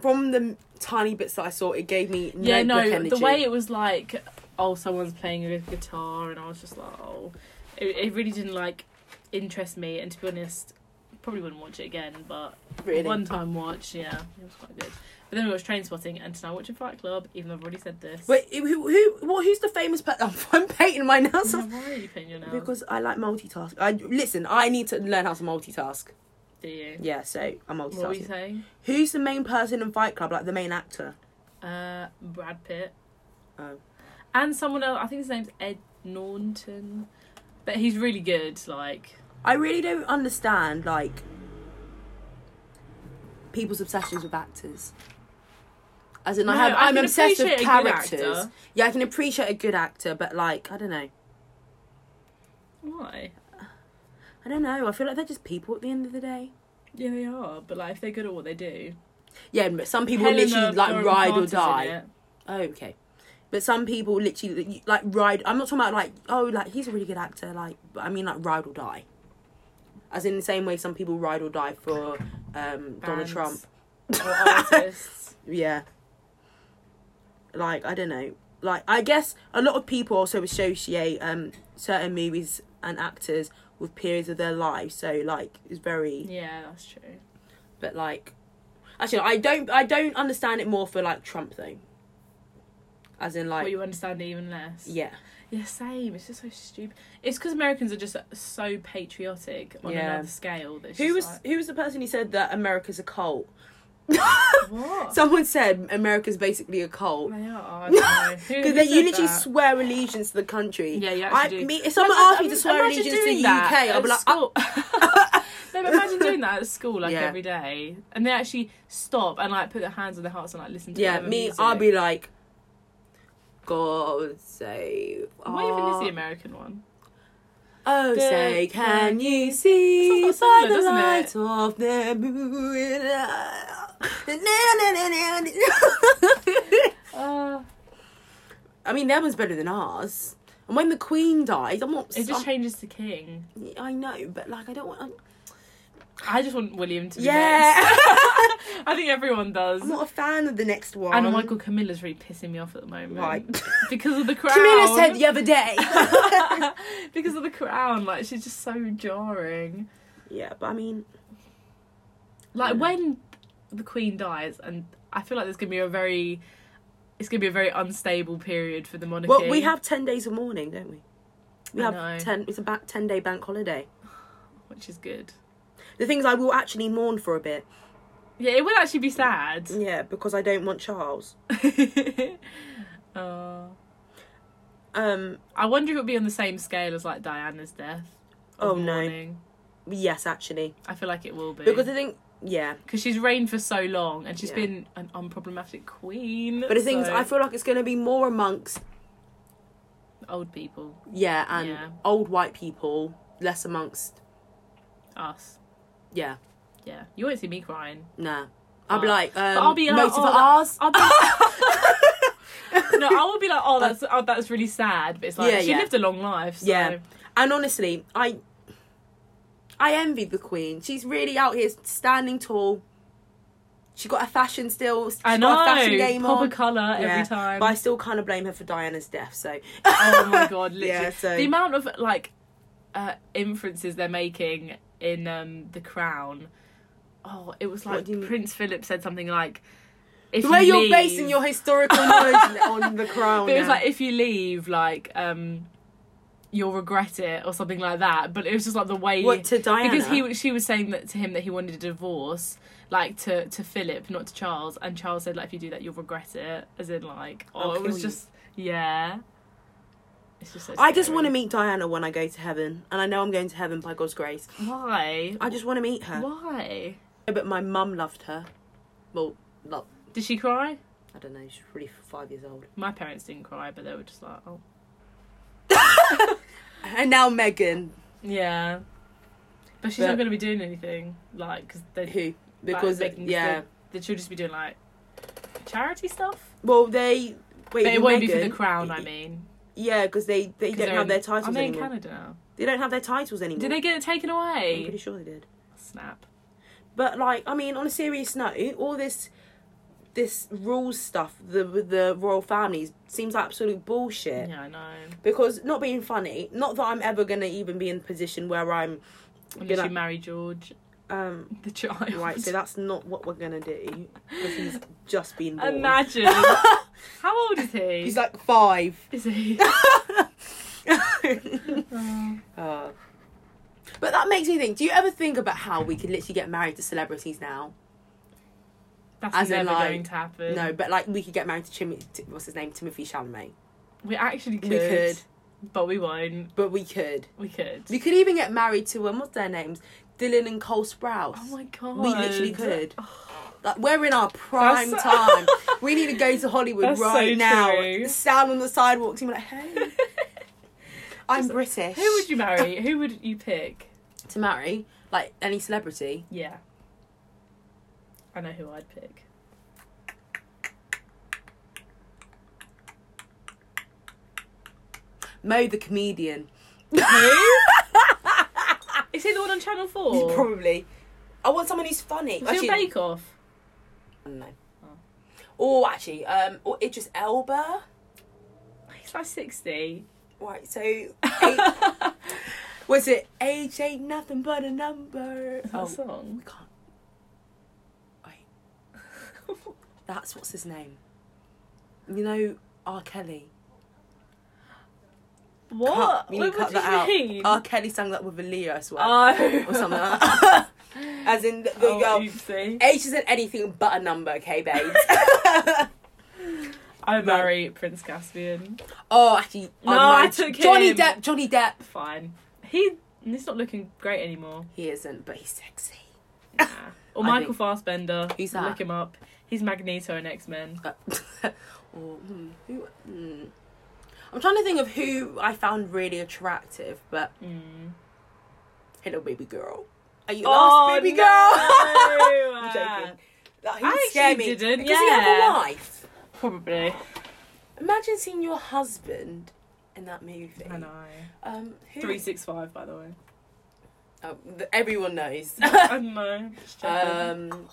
Speaker 3: From the tiny bits that I saw, it gave me no
Speaker 2: yeah, no,
Speaker 3: energy.
Speaker 2: the way it was like, oh, someone's playing a guitar, and I was just like, oh, it, it really didn't like interest me. And to be honest, probably wouldn't watch it again. But
Speaker 3: really.
Speaker 2: one time watch, yeah, it was quite good. But then we watched Train Spotting, and tonight watching Fight Club. Even though I've already said this.
Speaker 3: Wait, who, who, what, who's the famous? Pe- I'm painting my nails.
Speaker 2: No, why are you putting your nails?
Speaker 3: Because I like multitask. I listen. I need to learn how to multitask.
Speaker 2: do you?
Speaker 3: Yeah, so I'm
Speaker 2: What were you
Speaker 3: multitasking.
Speaker 2: saying?
Speaker 3: Who's the main person in Fight Club? Like the main actor?
Speaker 2: Uh, Brad Pitt.
Speaker 3: Oh.
Speaker 2: And someone else. I think his name's Ed Norton, but he's really good. Like,
Speaker 3: I really don't understand like people's obsessions with actors. As in, I
Speaker 2: No,
Speaker 3: have,
Speaker 2: I
Speaker 3: I'm
Speaker 2: can
Speaker 3: obsessed with
Speaker 2: appreciate a good
Speaker 3: characters.
Speaker 2: actor.
Speaker 3: Yeah, I can appreciate a good actor, but like, I don't know.
Speaker 2: why?
Speaker 3: I don't know. I feel like they're just people at the end of the day.
Speaker 2: Yeah, they are. But like, if they're good at what they do,
Speaker 3: Yeah, but some people
Speaker 2: Helena
Speaker 3: literally like
Speaker 2: Bonham
Speaker 3: ride or
Speaker 2: Carter's in
Speaker 3: die.
Speaker 2: it.
Speaker 3: Oh, okay. But some people literally like ride. I'm not talking about like oh like he's a really good actor. Like but I mean like ride or die. As in the same way some people ride or die for um, Donald
Speaker 2: Bands
Speaker 3: Trump.
Speaker 2: Or artists.
Speaker 3: Yeah. Like I don't know. Like I guess a lot of people also associate um, certain movies and actors with periods of their lives. So like it's very
Speaker 2: yeah, that's true.
Speaker 3: but like actually i don't i don't understand it more for like trump though as in
Speaker 2: But
Speaker 3: like
Speaker 2: you understand it even less.
Speaker 3: yeah
Speaker 2: Yeah, same. It's just so stupid. It's because Americans are just so patriotic on
Speaker 3: Yeah.
Speaker 2: another scale. That it's
Speaker 3: who
Speaker 2: just
Speaker 3: was
Speaker 2: like,
Speaker 3: who was the person who said that america's a cult
Speaker 2: what? Oh
Speaker 3: someone said america's basically a cult
Speaker 2: they are. I don't know. Who- who
Speaker 3: because they you
Speaker 2: said
Speaker 3: literally
Speaker 2: that?
Speaker 3: swear allegiance to the country
Speaker 2: Yeah, you
Speaker 3: I,
Speaker 2: actually do.
Speaker 3: me, if someone
Speaker 2: Imagine-
Speaker 3: asked me to swear
Speaker 2: imagine
Speaker 3: allegiance to
Speaker 2: doing
Speaker 3: the
Speaker 2: that
Speaker 3: UK, I'd be like,
Speaker 2: at
Speaker 3: "Ah." I-
Speaker 2: school. no, but imagine doing that at school, like
Speaker 3: Yeah.
Speaker 2: every day, and they actually stop and like put their hands on their hearts and like listen to.
Speaker 3: yeah,
Speaker 2: whatever
Speaker 3: me,
Speaker 2: music.
Speaker 3: I'll be like, God save.
Speaker 2: What even is
Speaker 3: our-
Speaker 2: the American one?
Speaker 3: Oh,
Speaker 2: The-
Speaker 3: say, can
Speaker 2: the-
Speaker 3: you see
Speaker 2: Sounds
Speaker 3: by
Speaker 2: like
Speaker 3: the
Speaker 2: Sunderland,
Speaker 3: light
Speaker 2: doesn't
Speaker 3: of the moon?
Speaker 2: Uh,
Speaker 3: I mean, that one's better than ours. And when the Queen died, I'm not.
Speaker 2: it just
Speaker 3: I'm-
Speaker 2: changes to king.
Speaker 3: I know, but like, I don't want. I'm,
Speaker 2: I just want William to be
Speaker 3: yeah,
Speaker 2: next. I think everyone does.
Speaker 3: I'm not a fan of the next one.
Speaker 2: And Michael Camilla's really pissing me off at the moment.
Speaker 3: Right.
Speaker 2: because of the crown.
Speaker 3: Camilla said the other day.
Speaker 2: because of the crown, like she's just so jarring.
Speaker 3: yeah, but I mean,
Speaker 2: Like
Speaker 3: Yeah.
Speaker 2: when the Queen dies, and I feel like there's gonna be a very, it's gonna be a very unstable period for the monarchy.
Speaker 3: well, we have ten days of mourning, don't we? We
Speaker 2: I
Speaker 3: have
Speaker 2: know.
Speaker 3: ten. It's about ten day bank holiday.
Speaker 2: which is good.
Speaker 3: The things I will actually mourn for a bit.
Speaker 2: Yeah, it would actually be sad.
Speaker 3: Yeah, because I don't want Charles.
Speaker 2: uh,
Speaker 3: Um.
Speaker 2: I wonder if it would be on the same scale as like Diana's death. of
Speaker 3: Oh no.
Speaker 2: mourning.
Speaker 3: Yes, actually,
Speaker 2: I feel like it will be
Speaker 3: because I think yeah.
Speaker 2: because she's reigned for so long and she's
Speaker 3: Yeah.
Speaker 2: been an unproblematic queen.
Speaker 3: But the thing is,
Speaker 2: so-
Speaker 3: I feel like it's going to be more amongst
Speaker 2: old people,
Speaker 3: yeah and
Speaker 2: Yeah.
Speaker 3: old white people, less amongst
Speaker 2: us.
Speaker 3: yeah.
Speaker 2: Yeah, you won't see me crying.
Speaker 3: Nah. I'll be
Speaker 2: Oh.
Speaker 3: like, um,
Speaker 2: But I'll be like,
Speaker 3: motor
Speaker 2: oh,
Speaker 3: for
Speaker 2: that-
Speaker 3: ours.
Speaker 2: I'll be no, I would be like, oh, that's oh, that's really sad. But it's like
Speaker 3: Yeah,
Speaker 2: she
Speaker 3: yeah.
Speaker 2: lived a long life. So.
Speaker 3: Yeah. And honestly, I I envy the Queen. She's really out here standing tall. She got her fashion still. She
Speaker 2: I know.
Speaker 3: Got her fashion game
Speaker 2: Pop
Speaker 3: on.
Speaker 2: a colour
Speaker 3: Yeah,
Speaker 2: every time.
Speaker 3: But I still kind of blame her for Diana's death. So.
Speaker 2: oh my god, literally.
Speaker 3: Yeah, so-
Speaker 2: The amount of like uh inferences they're making in um The Crown. Oh, it was
Speaker 3: What
Speaker 2: like
Speaker 3: do you mean?
Speaker 2: Prince Philip said something like if
Speaker 3: The way
Speaker 2: you
Speaker 3: you're
Speaker 2: leave-
Speaker 3: basing your historical knowledge on the crown.
Speaker 2: But it was
Speaker 3: now.
Speaker 2: like if you leave, like, um you'll regret it or something like that. But it was just like the way
Speaker 3: what to Diana?
Speaker 2: because he she was saying that to him that he wanted a divorce like to to Philip not to Charles and Charles said like if you do that you'll regret it as in like oh
Speaker 3: I'll
Speaker 2: it was
Speaker 3: kill you.
Speaker 2: just yeah it's just so
Speaker 3: I just
Speaker 2: scary.
Speaker 3: want to meet Diana when I go to heaven, and I know I'm going to heaven by God's grace.
Speaker 2: why
Speaker 3: I just want to meet her.
Speaker 2: why
Speaker 3: But my mum loved her. Well, love,
Speaker 2: did she cry
Speaker 3: I don't know. She's really five years old.
Speaker 2: my parents didn't cry but they were just like oh
Speaker 3: And now Megan,
Speaker 2: yeah but she's
Speaker 3: But-
Speaker 2: not going to be doing anything like because they like,
Speaker 3: who because
Speaker 2: making-
Speaker 3: yeah,
Speaker 2: they, she'll just be doing like charity stuff
Speaker 3: well they wait.
Speaker 2: but
Speaker 3: with
Speaker 2: it won't be for the
Speaker 3: Meghan-
Speaker 2: crown I mean
Speaker 3: Yeah, because they they
Speaker 2: 'cause
Speaker 3: don't
Speaker 2: they're
Speaker 3: have
Speaker 2: in-
Speaker 3: their
Speaker 2: are
Speaker 3: titles
Speaker 2: they in
Speaker 3: anymore.
Speaker 2: Canada now
Speaker 3: They don't have their titles anymore.
Speaker 2: did they get it taken
Speaker 3: I'm
Speaker 2: away
Speaker 3: pretty sure they did.
Speaker 2: snap
Speaker 3: But like, I mean, on a serious note, all this this rules stuff, the with the royal families seems like absolute bullshit.
Speaker 2: Yeah, I know.
Speaker 3: Because not being funny, not that I'm ever gonna even be in a position where I'm
Speaker 2: Unless
Speaker 3: like-
Speaker 2: you marry George,
Speaker 3: um
Speaker 2: the child.
Speaker 3: right. So that's not what we're gonna do because he's just been born.
Speaker 2: Imagine. How old is he?
Speaker 3: He's like five.
Speaker 2: is he? Oh,
Speaker 3: Uh, but that makes me think. Do you ever think about how we could literally get married to celebrities now?
Speaker 2: That's
Speaker 3: As in,
Speaker 2: never
Speaker 3: like,
Speaker 2: going to happen.
Speaker 3: No, but like we could get married to Tim. T- what's his name? Timothy Chalamet.
Speaker 2: we actually could,
Speaker 3: We could,
Speaker 2: but we won't.
Speaker 3: but we could.
Speaker 2: We could.
Speaker 3: We could even get married to um, what's their names? Dylan and Cole Sprouse.
Speaker 2: oh my god.
Speaker 3: we literally could. Like we're in our prime
Speaker 2: That's-
Speaker 3: time. we need to go to Hollywood
Speaker 2: That's so
Speaker 3: right now.
Speaker 2: true.
Speaker 3: Stand on the sidewalks and be like, "Hey, I'm
Speaker 2: Just-
Speaker 3: British."
Speaker 2: Who would you marry? Who would you pick?
Speaker 3: to marry? Like any celebrity?
Speaker 2: Yeah. I know who I'd pick.
Speaker 3: Mo the comedian.
Speaker 2: Is he the one on Channel 4?
Speaker 3: Probably. I want someone who's funny.
Speaker 2: Was he on Bake Off?
Speaker 3: I don't know.
Speaker 2: Oh.
Speaker 3: Or actually, um, or Idris Elba.
Speaker 2: He's like 60.
Speaker 3: Right, so A- was it age ain't nothing but a number?
Speaker 2: Is that
Speaker 3: Oh,
Speaker 2: a song?
Speaker 3: we can't. That's what's his name. You know, R. Kelly.
Speaker 2: what?
Speaker 3: Cut, we
Speaker 2: Wait,
Speaker 3: need to cut
Speaker 2: what
Speaker 3: that
Speaker 2: do you mean?
Speaker 3: out. R. Kelly sang that with Aaliyah, I swear,
Speaker 2: Oh.
Speaker 3: or something like that. As in the, the
Speaker 2: Oh,
Speaker 3: girl.
Speaker 2: oopsie.
Speaker 3: Age isn't anything but a number, okay, babes?
Speaker 2: I marry Prince Caspian.
Speaker 3: oh, actually,
Speaker 2: No,
Speaker 3: I'm
Speaker 2: I
Speaker 3: married-
Speaker 2: took
Speaker 3: Johnny
Speaker 2: him.
Speaker 3: Depp. Johnny Depp.
Speaker 2: Fine. He he's not looking great anymore.
Speaker 3: He isn't, but he's sexy.
Speaker 2: Nah. Or
Speaker 3: I
Speaker 2: Michael
Speaker 3: think-
Speaker 2: Fassbender.
Speaker 3: Who's that?
Speaker 2: Look him up. He's Magneto in X Men.
Speaker 3: Uh, or hmm, who? Hmm. I'm trying to think of who I found really attractive, but
Speaker 2: Mm.
Speaker 3: hello, baby girl. Are you
Speaker 2: Oh,
Speaker 3: lost, baby
Speaker 2: no!
Speaker 3: girl? I'm joking. That, he
Speaker 2: I
Speaker 3: would scare
Speaker 2: actually
Speaker 3: me.
Speaker 2: didn't,
Speaker 3: Does he have
Speaker 2: yeah.
Speaker 3: a wife?
Speaker 2: Probably.
Speaker 3: Imagine seeing your husband in that movie.
Speaker 2: I know.
Speaker 3: Um, who?
Speaker 2: Three six five, by the way.
Speaker 3: Oh, th- everyone knows.
Speaker 2: I don't know. Just checking.
Speaker 3: um,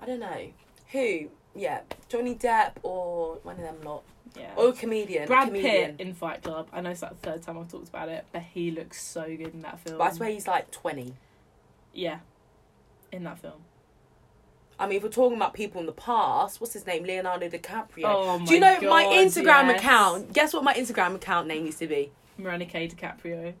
Speaker 3: I don't know who. Yeah, Johnny Depp or one of them lot,
Speaker 2: yeah.
Speaker 3: or a comedian. a
Speaker 2: Brad
Speaker 3: comedian.
Speaker 2: Pitt in Fight Club. I know it's like the third time I've talked about it, but he looks so good in that film.
Speaker 3: But I swear he's like 20.
Speaker 2: Yeah. In that film.
Speaker 3: I mean, if we're talking about people in the past, what's his name? Leonardo DiCaprio.
Speaker 2: Oh my
Speaker 3: Do you know my
Speaker 2: God,
Speaker 3: Instagram
Speaker 2: yes.
Speaker 3: account? Guess what my Instagram account name used to be?
Speaker 2: Miranda K. DiCaprio.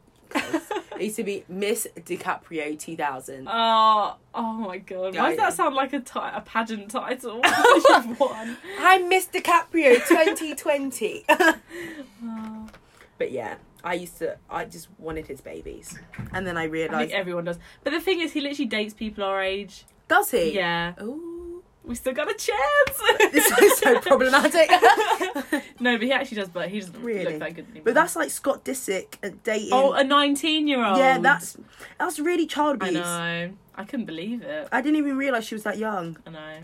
Speaker 3: It used to be Miss DiCaprio 2000.
Speaker 2: Oh, oh my god.
Speaker 3: Mm. Yeah,
Speaker 2: Why does
Speaker 3: yeah.
Speaker 2: that sound like a, ti- a pageant title? You've won.
Speaker 3: I'm Miss DiCaprio 2020.
Speaker 2: Oh.
Speaker 3: but yeah, I used to, I just wanted his babies. And then I
Speaker 2: I think
Speaker 3: realised,
Speaker 2: everyone does. But the thing is, he literally dates people our age.
Speaker 3: does he?
Speaker 2: Yeah.
Speaker 3: Ooh.
Speaker 2: We still got a chance.
Speaker 3: This is so problematic.
Speaker 2: no, but he actually does, but he doesn't
Speaker 3: Really?
Speaker 2: look that good anymore.
Speaker 3: but that's like Scott Disick and dating.
Speaker 2: Oh, a 19 year old.
Speaker 3: yeah, that's that's really child
Speaker 2: I
Speaker 3: abuse.
Speaker 2: know. I couldn't believe it.
Speaker 3: I didn't even realise she was that young.
Speaker 2: I know.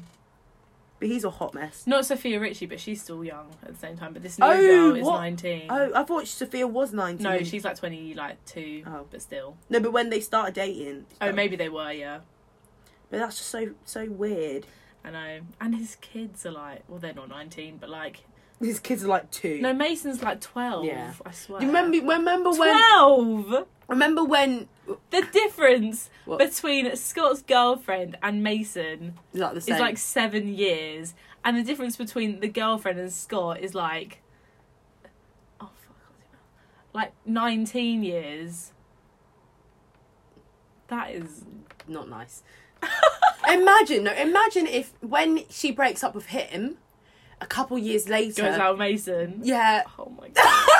Speaker 3: But he's a hot mess.
Speaker 2: Not Sophia Ritchie, but she's still young at the same time. But this new
Speaker 3: Oh,
Speaker 2: girl is
Speaker 3: what?
Speaker 2: 19.
Speaker 3: Oh, I thought Sophia was 19.
Speaker 2: no, she's like 20, like two,
Speaker 3: Oh.
Speaker 2: but still.
Speaker 3: No, but when they started dating.
Speaker 2: Oh, maybe they were, yeah.
Speaker 3: But that's just so so weird.
Speaker 2: I know. And his kids are like, well, they're not 19, but like.
Speaker 3: His kids are like two.
Speaker 2: No, Mason's like 12.
Speaker 3: Yeah.
Speaker 2: I swear.
Speaker 3: Do you remember? Remember when?
Speaker 2: 12!
Speaker 3: Remember when?
Speaker 2: The difference
Speaker 3: What?
Speaker 2: between Scott's girlfriend and Mason
Speaker 3: Like the
Speaker 2: is
Speaker 3: same.
Speaker 2: like seven years, and the difference between the girlfriend and Scott is like, oh fuck, what's it called? like nineteen years. That is
Speaker 3: not nice. imagine, no, imagine if when she breaks up with him, a couple years later.
Speaker 2: goes out Mason.
Speaker 3: Yeah,
Speaker 2: Oh my god,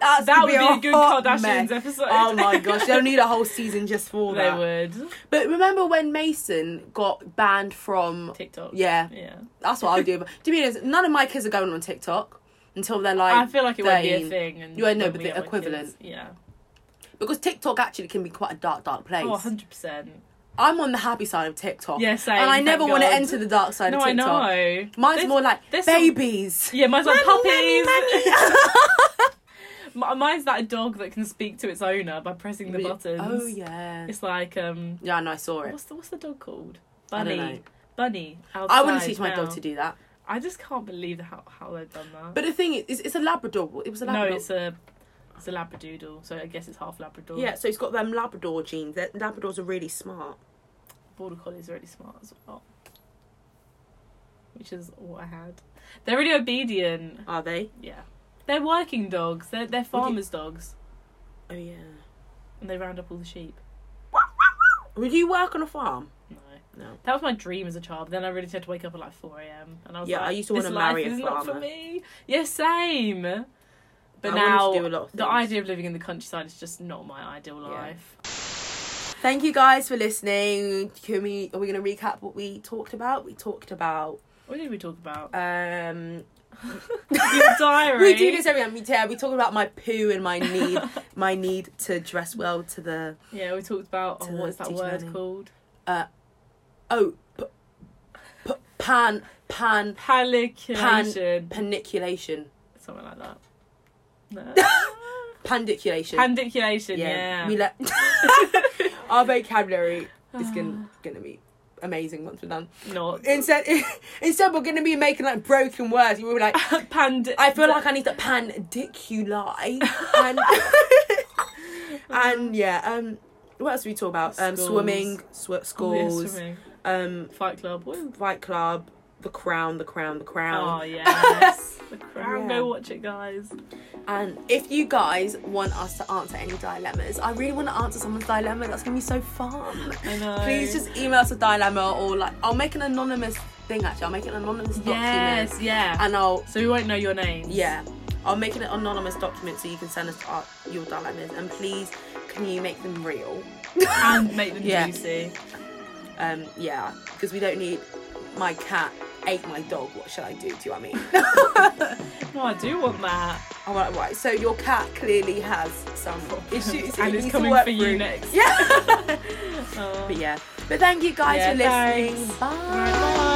Speaker 3: that's
Speaker 2: that would be a
Speaker 3: a
Speaker 2: good
Speaker 3: hot
Speaker 2: Kardashians
Speaker 3: mess.
Speaker 2: episode.
Speaker 3: Oh my gosh, they'll need a whole season just for
Speaker 2: they
Speaker 3: that.
Speaker 2: would
Speaker 3: But remember when Mason got banned from?
Speaker 2: TikTok.
Speaker 3: Yeah,
Speaker 2: yeah.
Speaker 3: that's what I'll do. Do you mean is none of my kids are going on TikTok until they're
Speaker 2: I
Speaker 3: like
Speaker 2: feel like it won't be a
Speaker 3: 13.
Speaker 2: thing. And
Speaker 3: You won't know,
Speaker 2: when
Speaker 3: but
Speaker 2: we
Speaker 3: the
Speaker 2: get my
Speaker 3: equivalent.
Speaker 2: kids. Yeah.
Speaker 3: because TikTok actually can be quite a dark, dark place.
Speaker 2: Oh, 100 percent.
Speaker 3: I'm on the happy side of TikTok.
Speaker 2: Yeah, same.
Speaker 3: Oh. and I never
Speaker 2: thank
Speaker 3: want to
Speaker 2: God.
Speaker 3: enter the dark side
Speaker 2: No,
Speaker 3: of
Speaker 2: I
Speaker 3: TikTok.
Speaker 2: know.
Speaker 3: Mine's
Speaker 2: There's-
Speaker 3: more like
Speaker 2: there's some-
Speaker 3: babies.
Speaker 2: Yeah, mine's like
Speaker 3: Mummy,
Speaker 2: puppies.
Speaker 3: mummy,
Speaker 2: Mi- Mine's that dog that can speak to its owner by pressing the
Speaker 3: Re-
Speaker 2: buttons.
Speaker 3: Oh yeah.
Speaker 2: It's like um,
Speaker 3: Yeah, and I saw it.
Speaker 2: what's the what's the dog called?
Speaker 3: I
Speaker 2: Bunny.
Speaker 3: don't know.
Speaker 2: Bunny. Outside
Speaker 3: I wouldn't teach my
Speaker 2: now.
Speaker 3: dog to do that.
Speaker 2: I just can't believe how how they've done that.
Speaker 3: But the thing is, it's, it's a Labrador. It was a
Speaker 2: no,
Speaker 3: Labrador.
Speaker 2: it's a it's a labradoodle, so I guess it's half labrador.
Speaker 3: yeah, so it's got them Labrador genes. That Labradors are really smart.
Speaker 2: border collies are really smart as well, which is what I had. They're really obedient.
Speaker 3: Are they?
Speaker 2: Yeah, they're working dogs. They're they're
Speaker 3: you-
Speaker 2: farmers' dogs,
Speaker 3: Oh yeah.
Speaker 2: and they round up all the sheep.
Speaker 3: Would you work on a farm?
Speaker 2: No.
Speaker 3: No.
Speaker 2: That was my dream as a child. Then I really had to wake up at like 4 a.m. And I was
Speaker 3: Yeah,
Speaker 2: like,
Speaker 3: I used to
Speaker 2: this
Speaker 3: wanna
Speaker 2: life
Speaker 3: marry a
Speaker 2: is not for
Speaker 3: farmer.
Speaker 2: me. Yeah, same. But
Speaker 3: I wanted
Speaker 2: now,
Speaker 3: to do a lot of
Speaker 2: the
Speaker 3: things.
Speaker 2: idea of living in the countryside is just not my ideal life.
Speaker 3: Thank you guys for listening. Can we? Are we going to recap what we talked about? We talked about.
Speaker 2: What did we talk about?
Speaker 3: um
Speaker 2: Your diary.
Speaker 3: We do this every time. We, yeah, we talk about my poo and my need, my need to dress well to the.
Speaker 2: Yeah, we talked about, oh,
Speaker 3: To
Speaker 2: what's that
Speaker 3: teach
Speaker 2: word
Speaker 3: nanny.
Speaker 2: called?
Speaker 3: Oh, p- p- pan pan
Speaker 2: Paliculation.
Speaker 3: paniculation.
Speaker 2: Something like that. No.
Speaker 3: Pandiculation.
Speaker 2: Pandiculation, yeah.
Speaker 3: We let our vocabulary is
Speaker 2: Ah.
Speaker 3: gonna gonna be amazing once we're done.
Speaker 2: Not.
Speaker 3: Instead instead we're gonna be making like broken words. We were like
Speaker 2: Pand-
Speaker 3: I feel like I need to pandiculate and and yeah, um what else we talk about? Um
Speaker 2: Schools.
Speaker 3: swimming, sw-
Speaker 2: Oh, yeah,
Speaker 3: schools,
Speaker 2: swimming.
Speaker 3: um
Speaker 2: Fight Club. Woo.
Speaker 3: Fight Club, The Crown, The Crown, The Crown.
Speaker 2: Oh, yes. the Crown.
Speaker 3: Yeah.
Speaker 2: Go watch it, guys.
Speaker 3: And if you guys want us to answer any dilemmas, I really want to answer someone's dilemma. That's gonna be so fun.
Speaker 2: I know.
Speaker 3: Please just email us a dilemma or like I'll make an anonymous thing actually. I'll make an anonymous document
Speaker 2: Yes, yeah.
Speaker 3: and I'll
Speaker 2: So we won't know your name.
Speaker 3: yeah. I'll make an anonymous document so you can send us our, your dilemmas and please can you make them real?
Speaker 2: And make them
Speaker 3: Yeah.
Speaker 2: juicy.
Speaker 3: Um yeah, because we don't need my cat ate my dog. What should I do? Do you know what I mean?
Speaker 2: No, I do want that.
Speaker 3: I'm like, right, so your cat clearly has some issues. that it
Speaker 2: and
Speaker 3: needs
Speaker 2: it's
Speaker 3: to
Speaker 2: coming
Speaker 3: work
Speaker 2: for you
Speaker 3: through.
Speaker 2: next.
Speaker 3: Yeah.
Speaker 2: Uh,
Speaker 3: But yeah. But thank you guys
Speaker 2: Yeah,
Speaker 3: for listening.
Speaker 2: thanks.
Speaker 3: Bye.
Speaker 2: Alright, bye.